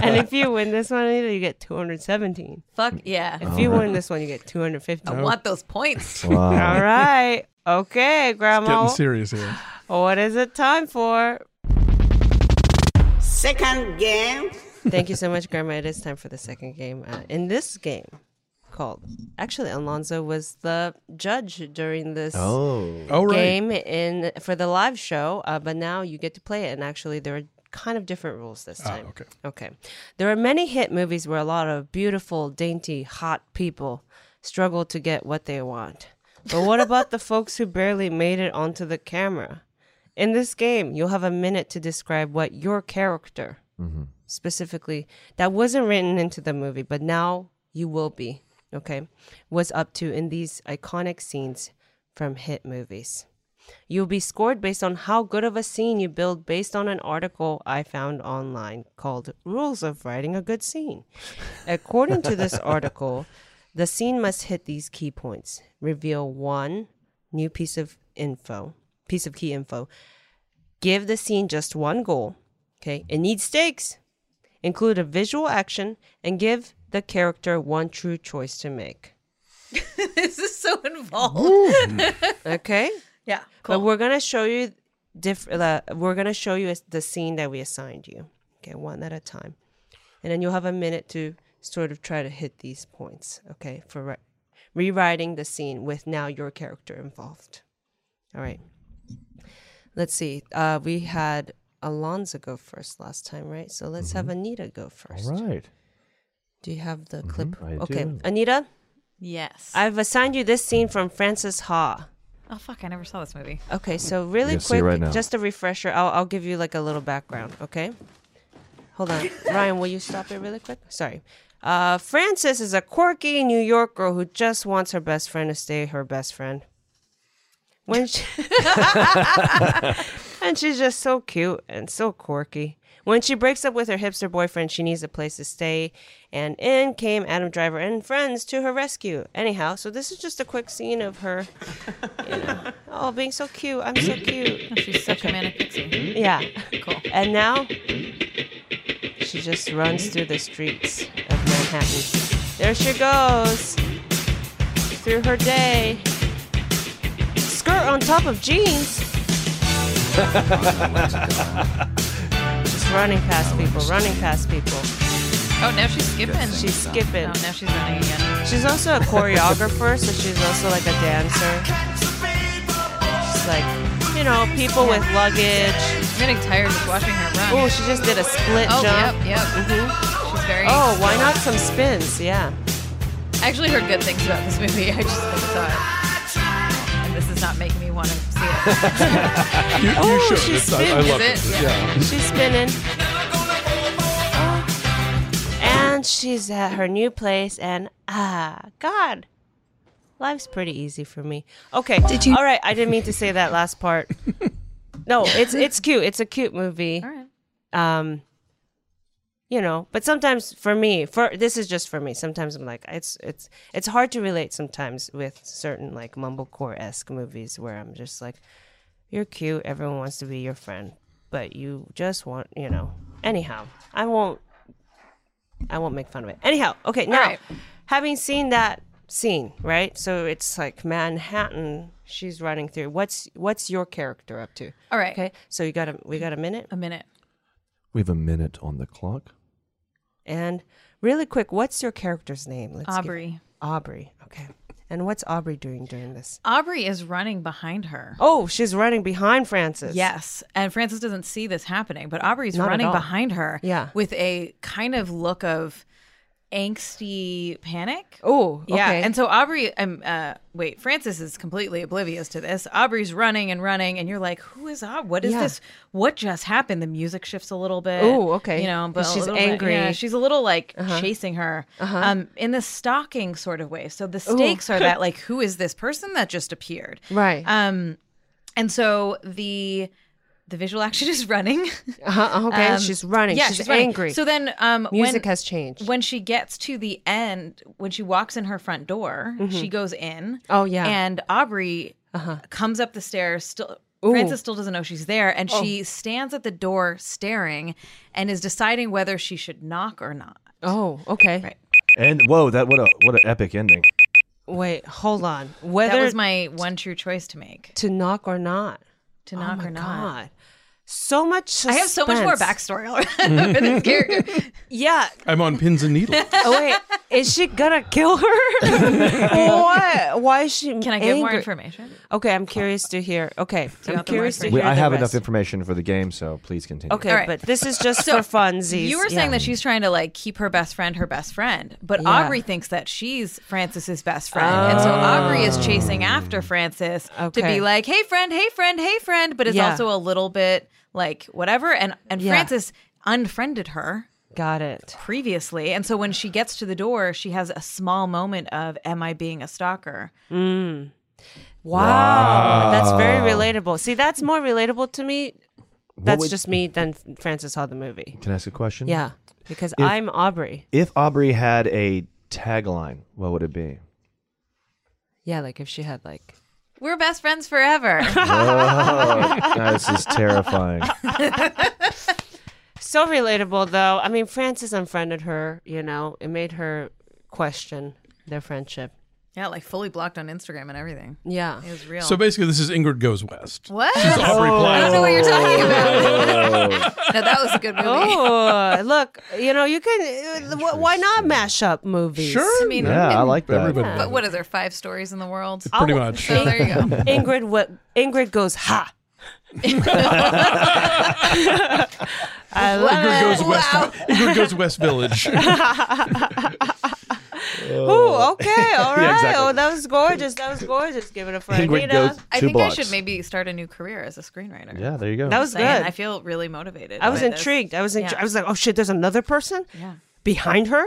B: and if you win this one, Anita, you get two hundred seventeen.
E: Fuck yeah,
B: If you win this one, you get two hundred fifteen.
E: I want those points.
F: Wow.
B: All right. Okay, Grandma.
D: Getting serious here.
B: What is it time for?
G: Second game.
B: Thank you so much, Grandma. It is time for the second game. Uh, in this game, called actually, Alonzo was the judge during this
F: Oh.
D: Oh right.
B: game in for the live show, uh, but now you get to play it. And actually, there are kind of different rules this time.
D: okay.
B: Okay. There are many hit movies where a lot of beautiful, dainty, hot people struggle to get what they want. But what about the folks who barely made it onto the camera? In this game, you'll have a minute to describe what your character specifically that wasn't written into the movie, but now you will be, okay, was up to in these iconic scenes from hit movies. You'll be scored based on how good of a scene you build based on an article I found online called Rules of Writing a Good Scene. According to this article, the scene must hit these key points. Reveal one new piece of info, piece of key info. Give the scene just one goal. Okay. It needs stakes. Include a visual action and give the character one true choice to make.
E: this is so involved.
B: Okay?
E: Yeah,
B: But we're gonna show you diff- uh, We're gonna show you as- the scene that we assigned you. Okay, one at a time, and then you'll have a minute to sort of try to hit these points. Okay, for re- rewriting the scene with now your character involved. All right. Let's see. Uh, we had Alonzo go first last time, right? So let's have Anita go first.
F: Mm-hmm. All right. Mm-hmm.
B: Do you have the clip?
F: I
B: okay,
F: do.
B: Anita,
E: Yes.
B: I've assigned you this scene from Francis Ha.
E: Oh fuck! I never saw this movie.
B: Okay, so really
F: can see it
B: quick,
F: right now.
B: just a refresher. I'll, I'll give you like a little background, okay? Hold on. Ryan, will you stop it really quick? Sorry. Uh, Frances is a quirky New York girl who just wants her best friend to stay her best friend. When she and she's just so cute and so quirky. When she breaks up with her hipster boyfriend, she needs a place to stay, and in came Adam Driver and friends to her rescue. Anyhow, so this is just a quick scene of her, you know, oh, being so cute. I'm so cute.
E: Oh, she's such a manic pixie.
B: Yeah.
E: Cool.
B: And now she just runs through the streets of Manhattan. There she goes through her day. Skirt on top of jeans. just running past people, running past people.
E: Oh, now she's skipping.
B: She's skipping.
E: Oh, now she's running again.
B: She's also a choreographer, so she's also like a dancer. She's like, you know, people with luggage.
E: I'm getting tired just watching her run.
B: Oh, she just did a split
E: oh,
B: jump.
E: yep, yep. She's very.
B: Oh, why not some spins? Yeah.
E: I actually heard good things about this movie. I just never saw it. And this is not making me want to see it.
D: You, you
B: Oh,
D: showed
B: she's
D: this. I, I
B: big.
D: love
E: Is
D: it.
E: it?
D: Yeah.
B: She's spinning. And she's at her new place, and ah, God, life's pretty easy for me. Okay, did you? All right, I didn't mean to say that last part. no, it's it's cute. It's a cute movie.
E: All right.
B: Um, you know, but sometimes for me, for this is just for me. Sometimes I'm like, it's it's it's hard to relate sometimes with certain like mumblecore esque movies where I'm just like, you're cute. Everyone wants to be your friend, but you just want, you know. Anyhow, I won't. I won't make fun of it. Anyhow, okay. Now,
E: right.
B: having seen that scene, right? So it's like Manhattan. She's running through. What's what's your character up to?
E: All right.
B: Okay. So you got a we got a minute
E: A minute.
F: We have a minute on the clock.
B: and really quick. What's your character's name? Let's give-
E: Aubrey.
B: Aubrey. Okay. And what's Aubrey doing during this?
E: Aubrey is running behind her.
B: Oh, she's running behind Francis.
E: Yes. And Francis doesn't see this happening, but Aubrey's
B: Not at
E: running
B: all.
E: behind her
B: Yeah.
E: with a kind of look of angsty panic.
B: Oh,
E: Yeah,
B: okay.
E: and so Aubrey, um, uh, wait, Francis is completely oblivious to this. Aubrey's running and running, and you're like, "Who is Aubrey? What is
B: Yeah.
E: this? What just happened?" The music shifts a little bit.
B: Ooh, okay.
E: You know,
B: And
E: but a
B: she's
E: little bit-
B: angry. Uh-huh.
E: yeah, she's a little like chasing her, um, in the stalking sort of way. So the stakes are that like, who is this person that just appeared?
B: Right.
E: Um, and so the the visual action is running.
B: Uh-huh, okay.
E: Um,
B: she's running.
E: Yeah,
B: she's,
E: running.
B: angry.
E: So then, um,
B: music
E: when,
B: has changed.
E: when she gets to the end, when she walks in her front door, she goes in.
B: Mm-hmm. Oh, yeah. Uh-huh.
E: And Aubrey comes up the stairs. Still, Frances still doesn't know she's there, and
B: Oh.
E: she stands at the door staring, and is deciding whether she should knock or not.
B: oh, okay.
E: Right.
F: And whoa, that what a what an epic ending.
B: Wait, hold on. Whether
E: That was my one true choice to make:
B: to knock or not.
E: to knock
B: oh my
E: or not.
B: God. So much.
E: I have so much more
B: suspense.
E: backstory already for this character.
B: Yeah.
D: I'm on pins and needles.
B: Oh wait, is she gonna kill her? what? Why is she?
E: Can I get more
B: angry?
E: information?
B: Okay, I'm curious to hear. Okay, I'm
E: want the
B: curious to
E: more
B: hear.
F: We, I
B: the
F: have
B: rest.
F: enough information for the game, so please continue.
B: Okay,
E: All right.
B: but this is just for funsies.
E: You were
B: Yeah.
E: saying that she's trying to like keep her best friend her best friend, but
B: Yeah.
E: Aubrey thinks that she's Francis's best friend, and so Aubrey is chasing after Francis to
B: Oh. Okay.
E: be like, "Hey friend, hey friend, hey friend," but it's
B: Yeah.
E: also a little bit like whatever. And and
B: Yeah.
E: Francis unfriended her
B: Got it.
E: previously, and so when she gets to the door, she has a small moment of, "Am I being a stalker?"
B: Wow. that's very relatable. See, that's more relatable to me. That's
F: would- Mm-hmm.
B: just me than Francis saw the movie.
F: Can I ask a question?
B: Yeah, because I'm Aubrey.
F: If Aubrey had a tagline, what would it be?
B: Yeah, like if she had like.
E: We're best friends forever.
F: Nah, this is terrifying.
B: So relatable though. I mean, Francis unfriended her. You know, it made her question their friendship.
E: yeah, like fully blocked on Instagram and everything.
B: Yeah.
E: It was real.
D: so basically, this is Ingrid Goes West.
E: what?
D: Aubrey
E: I
D: Platt.
E: don't know what you're talking
F: Oh,
E: about. no, that was a good movie.
B: Oh, look, you know, you can. Uh, wh- why not mash up movies?
D: Sure.
E: I mean,
F: Yeah, I like that.
D: Everybody
E: But what is there? Five stories in the world.
B: Oh,
D: Pretty much.
E: So there you go.
B: Ingrid, what? Ingrid goes, ha. I love
D: Ingrid
B: it.
E: Uh,
D: goes west. Ingrid goes West Village.
B: Oh, okay, all right.
F: Yeah, exactly.
B: Oh, that was gorgeous. That was gorgeous. Give it up for
F: Ingrid
B: Anita.
F: goes
E: I
F: two
E: think
F: blocks.
E: I should maybe start a new career as a screenwriter.
F: Yeah, there you go.
B: That was
E: Saying,
B: good.
E: I feel really motivated.
B: I was
E: by this.
B: intrigued. I was intri-
E: Yeah.
B: I was like, oh shit, there's another person
E: Yeah.
B: behind her.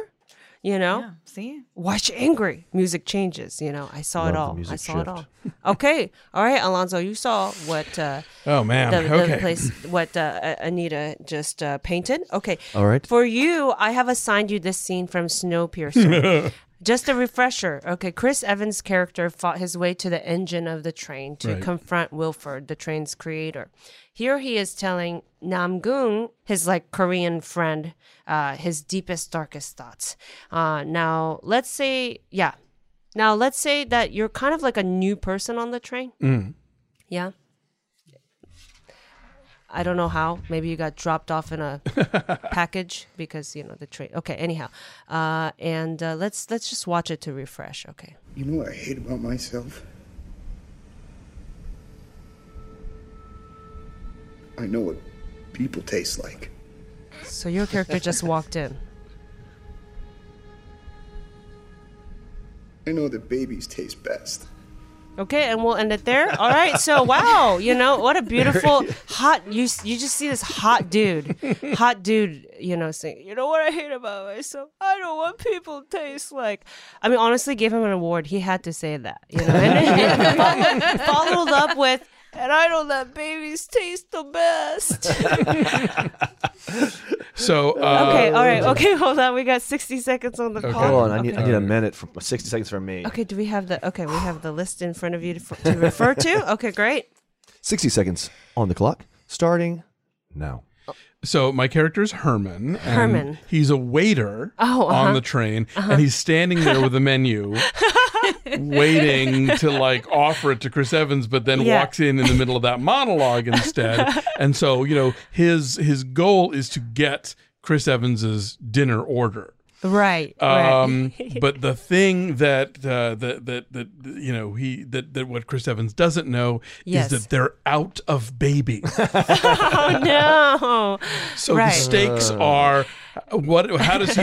B: You know,
E: Yeah. See?
B: watch angry music changes. You know, I saw
F: Love
B: it
F: the
B: all. I
F: music
B: saw
F: shift.
B: it all. Okay, all right, Alonzo, you saw what uh,
D: Oh man.
B: the, the
D: okay.
B: place what uh, A- Anita just uh, painted. Okay,
F: All right.
B: For you, I have assigned you this scene from Snowpiercer. Just a refresher. Okay, Chris Evans' character fought his way to the engine of the train to
D: Right.
B: confront Wilford, the train's creator. Here he is telling Namgung, his like Korean friend, uh, his deepest, darkest thoughts. Uh, now, let's say, yeah. Now, let's say that you're kind of like a new person on the train. Yeah. I don't know how. Maybe you got dropped off in a package because you know the train. Okay, anyhow, uh, and uh, let's let's just watch it to refresh. Okay.
H: You know what I hate about myself? I know what people taste like.
B: So your character just walked in.
H: I know that babies taste best.
B: Okay, and we'll end it there. All right. So wow, you know what a beautiful hot you s- you just see this hot dude, hot dude. You know, saying you know what I hate about myself. I don't want people to taste like. I mean, honestly, gave him an award. He had to say that. You know, and, and followed, followed up with. And I don't let babies taste the best.
D: So uh,
B: okay, all right. Okay, hold on. We got 60 seconds on the
F: Hold
B: call.
F: on, I need, I need a minute, from, 60 seconds from me.
B: Okay, do we have the Okay, we have the list in front of you to, f- to refer to. Okay, great.
F: 60 seconds on the clock, starting now.
D: So my character's Herman. and
B: Herman.
D: He's a waiter
B: Oh, uh-huh.
D: on the train, and he's standing there with a menu, waiting to like offer it to Chris Evans, but then
B: Yeah.
D: walks in in the middle of that monologue instead. and so you know his his goal is to get Chris Evans's dinner order.
B: Right.
D: Um, but the thing that uh, that, that that you know he that, that what Chris Evans doesn't know
B: Yes.
D: is that they're out of babies.
B: oh no.
D: So
B: Right.
D: the stakes are what? How does he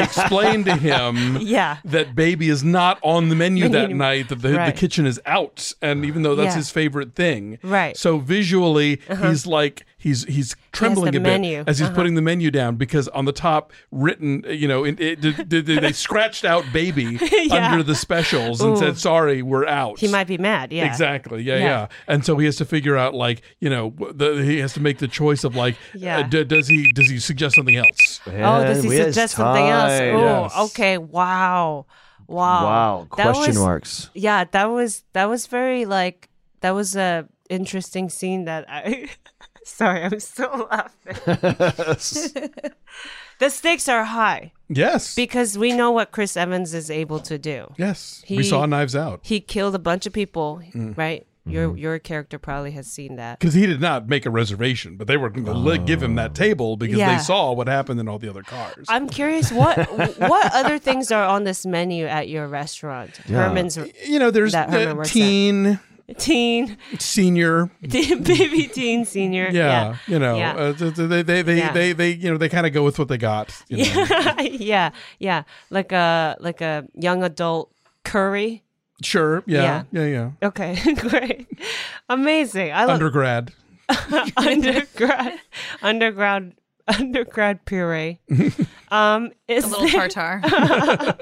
D: explain to him?
B: Yeah.
D: That baby is not on the menu that night. That the,
B: Right.
D: the kitchen is out, and even though that's
B: Yeah.
D: his favorite thing,
B: Right. Uh-huh.
D: So visually, he's like he's he's trembling
B: the
D: a bit
B: menu. Uh-huh.
D: as he's putting the menu down because on the top written, you know, it, it, they- they- they scratched out baby
B: Yeah.
D: under the specials and said, "Sorry, we're out."
B: He might be mad. Yeah.
D: Exactly. Yeah,
B: Yeah.
D: yeah, And so he has to figure out, like, you know, w- the, he has to make the choice of, like,
B: Yeah.
D: uh, d- does he does he suggest something else?
B: Oh, does he
F: And we- it's
B: suggest something else?
F: time.
B: Oh,
D: Yes.
B: okay. Wow. Wow.
F: Wow.
B: Oh, That
F: Question
B: was-
F: marks.
B: Yeah, that was that was very like that was a interesting scene that I Sorry, I'm still laughing. the stakes are high
D: Yes.
B: because we know what Chris Evans is able to do.
D: yes.
B: He-
D: we saw Knives Out Mm.
B: He killed a bunch of people, right? Your your character probably has seen that.
D: because he did not make a reservation, but they were going to give him that table because
B: Yeah.
D: they saw what happened in all the other cars.
B: I'm curious what what other things are on this menu at your restaurant? Herman's
D: you know, there's
B: That Herman
D: the
B: works
D: teen,
B: teen,
D: senior.
B: baby teen senior.
D: Yeah, you know,
B: Yeah.
D: uh, th- th- they, they, they,
B: Yeah.
D: they, they, you know, they kind of go with what they got. You know?
B: yeah, yeah, like a like a young adult curry.
D: Sure, yeah, yeah, yeah.
B: Okay, great, amazing. I love
D: Undergrad,
B: undergrad, underground, undergrad puree. um, is
E: A little
B: there-
E: tartar.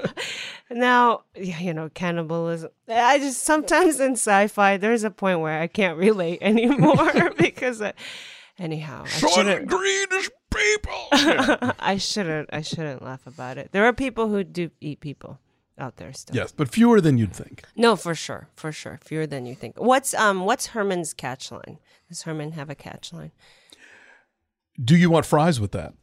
B: now yeah, you know cannibalism. I just sometimes in sci-fi there's a point where I can't relate anymore because, I, anyhow, I shouldn't-
D: Silent greenish people. Yeah.
B: I shouldn't. I shouldn't laugh about it. There are people who do eat people out there still.
D: yes, but fewer than you'd think.
B: No, for sure, for sure. Fewer than you think. What's um What's Herman's catch line? Does Herman have a catch line?
D: Do you want fries with that?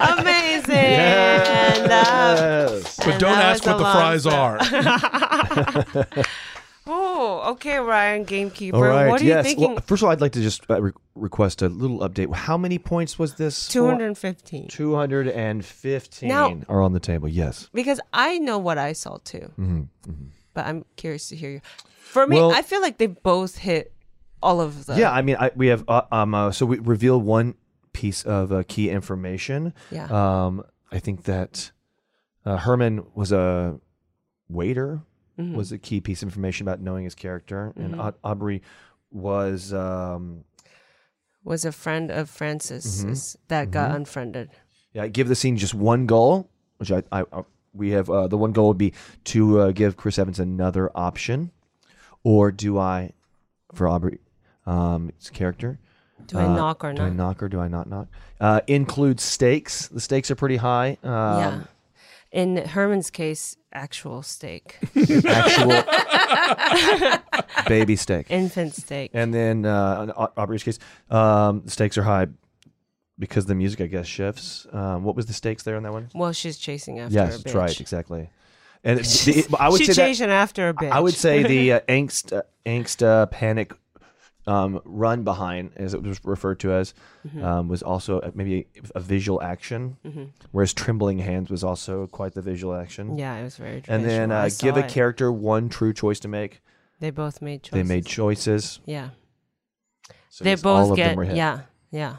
B: Amazing. And, uh,
F: Yes.
D: But
B: And
D: don't
B: that
D: ask
B: was
D: what the
B: a
D: fries
B: long
D: are.
B: oh, okay, Ryan Gamekeeper.
F: All right.
B: What are
F: yes.
B: you thinking?
F: Well, first of all, I'd like to just uh, re- request a little update. How many points was this? for?
B: Two hundred fifteen.
F: 215
B: Now-
F: are on the table. Yes.
B: Because I know what I saw too, but I'm curious to hear you. For me,
F: Mm-hmm, Well-
B: I feel like they both hit all of the.
F: yeah. I mean, I, we have, uh, um, uh, so we reveal one piece of uh, key information.
B: Yeah.
F: Um, I think that Uh, Herman was a waiter,
B: Mm-hmm.
I: Mhm.
F: was a key piece of information about knowing his character, and
B: Mhm.
F: Au- Aubrey was um,
B: was a friend of Francis's
F: Mhm.
B: that got
F: Mhm.
B: unfriended.
F: Yeah, give the scene just one goal, which I, I, I we have uh, the one goal would be to uh, give Chris Evans another option, or do I, for Aubrey, um, its character,
B: Do I knock or
F: Uh, do I
B: not?
F: knock or do I not knock? Uh, include stakes. The stakes are pretty high. Um,
B: yeah. In Herman's case, actual steak.
F: Actual baby steak,
B: Infant steak.
F: and then uh, in Au- Aubrey's case, um, the stakes are high because the music, I guess, shifts. Um, what was the stakes there on that one?
B: Well, she's chasing after
F: yes,
B: a bitch.
F: that's right, exactly. And the, I would
B: She's
F: say that-
B: chasing after a bitch.
F: I would say the uh, angst, uh, angst, uh, panic, um, run behind, as it was referred to as,
B: Mm-hmm.
I: Mhm.
F: um, was also a- maybe a, visual action.
I: Mhm.
F: Whereas trembling hands was also quite the visual action.
B: Yeah, it was very
F: And then
B: visual. I
F: uh, give
B: saw
F: a
B: it.
F: character one true choice to make.
B: They both made
F: They made choices.
B: Yeah.
F: So
B: they
F: yes,
B: both
F: all of them
B: get
F: were hit.
B: yeah, yeah.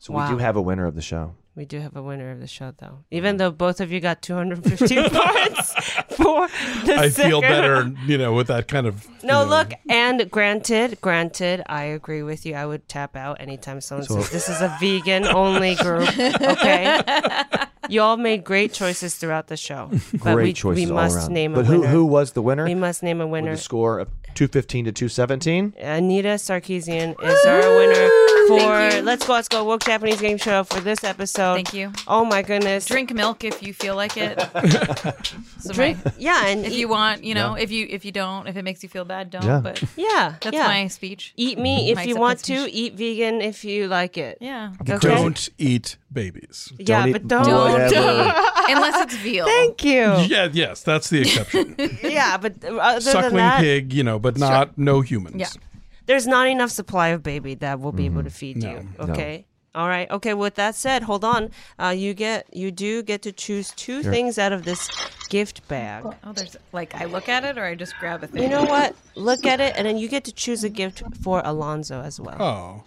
F: So we do
B: Wow.
F: have a winner of the show.
B: We do have a winner of the show though. Even though both of you got 215 points for the
D: I
B: second
D: feel better,
B: one.
D: you know, with that kind of. you
B: No,
D: know,
B: look, and granted, granted, I agree with you. I would tap out anytime someone
D: So-
B: says this is a vegan only group. Okay. you all made great choices throughout the show. but
F: Great
B: we,
F: choices
B: we
F: all
B: must
F: around.
B: name a
F: But who-
B: winner.
F: who was the winner?
B: We must name a winner.
F: With a score of 215 to 217.
B: Anita Sarkeesian is our winner for Let's Go, Let's Go, Woke Japanese Game Show for this episode.
E: Thank you.
B: Oh my goodness.
E: Drink milk if you feel like it. So
B: Drink-
E: my-
B: yeah, and
E: if
B: eat-
E: you want, you know,
B: Yeah.
E: if you if you don't, if it makes you feel bad, don't.
B: Yeah.
E: But
B: Yeah,
E: that's
B: yeah. E
E: my speech.
B: Eat meat
E: My
B: if you want
E: acceptance
B: to. Eat vegan if you like it.
E: Yeah.
D: Don't eat babies.
B: Yeah, Don't eat but don't-
E: speech. unless it's veal.
B: Thank you.
D: Yeah, yes, that's the exception.
B: yeah, but other Oh. than
D: Suckling
B: that,
D: pig, you know, but not no humans.
B: yeah, there's not enough supply of baby that will be able to feed
D: Mm-hmm. No,
B: you.
D: no.
B: Okay. All right. Okay. With that said, hold on. Uh, you get you do get to choose two
E: Here.
B: things out of this gift bag.
E: Oh, there's like I look at it or I just grab a thing.
B: You know what? Look at it, and then you get to choose a gift for Alonzo as well.
D: Oh.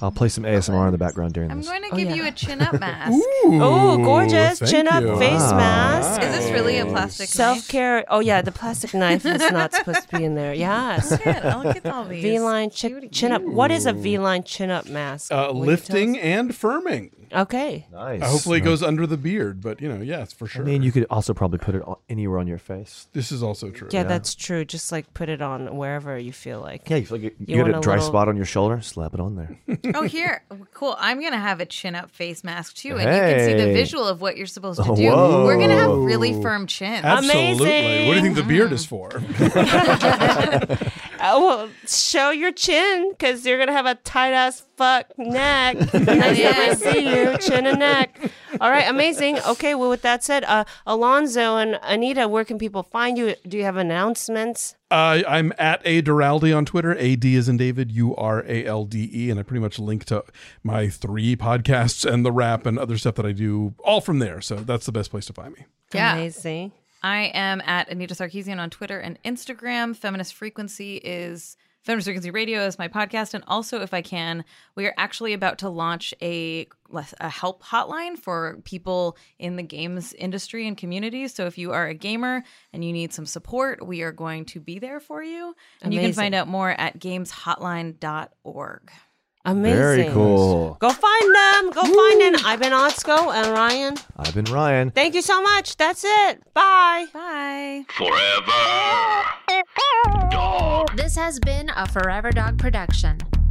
F: I'll play some ASMR in the background during
E: I'm
F: this.
E: going to
B: Oh,
E: give
B: yeah.
E: you a chin up mask.
D: Uh,
B: oh, gorgeous
F: thank
B: chin up
F: you.
B: face
F: Wow.
B: mask.
E: Is this really a plastic
B: Self care. Oh yeah, the plastic knife is not supposed to be in there. Yes.
E: Look at- look at all these.
B: V line chin, chin up. What is a V line chin up mask? Will
D: Uh,
B: you tell
D: lifting
B: us?
D: and firming.
B: Okay.
F: Nice.
D: Uh, hopefully, it
F: Nice.
D: goes under the beard, but you know, yes, for sure.
F: I mean, you could also probably put it on, anywhere on your face.
D: this is also true.
B: Yeah, that's true. Just like put it on wherever you feel like.
F: Yeah, you feel like you, you had
B: want
F: a dry
B: little-
F: spot on your shoulder, slap it on there.
E: Oh, here, cool. I'm gonna have a chin up face mask too, and you can see the
F: Hey.
E: visual of what you're supposed to
F: Oh,
E: do. We're gonna have
F: whoa.
E: really firm chins.
D: Absolutely. What do you think the
E: Mhm.
D: beard is for?
B: Oh, well, show your chin because you're gonna have a tight ass fuck neck. Next time I see you, chin and neck. All right, amazing. Okay, well, with that said, uh, Alonzo and Anita, where can people find you? Do you have announcements?
D: Uh, I'm at A Duraldi on Twitter. A D is in David, U R A L D E. And I pretty much link to my three podcasts and the rap and other stuff that I do all from there. So that's the best place to find me.
E: Yeah.
B: Amazing.
E: I am at Anita Sarkeesian on Twitter and Instagram. Feminist Frequency is Feminist Frequency Radio is my podcast, and also, if I can, we are actually about to launch a a help hotline for people in the games industry and communities. So, if you are a gamer and you need some support, we are going to be there for you, and you can
B: Amazing.
E: find out more at gameshotline.org.
B: Amazing.
F: Very cool.
B: Go find them. Go find them. I've been Otsko and Ryan.
F: I've been Ryan.
B: Thank you so much. That's it. Bye.
E: Bye.
A: This has been a Forever Dog production,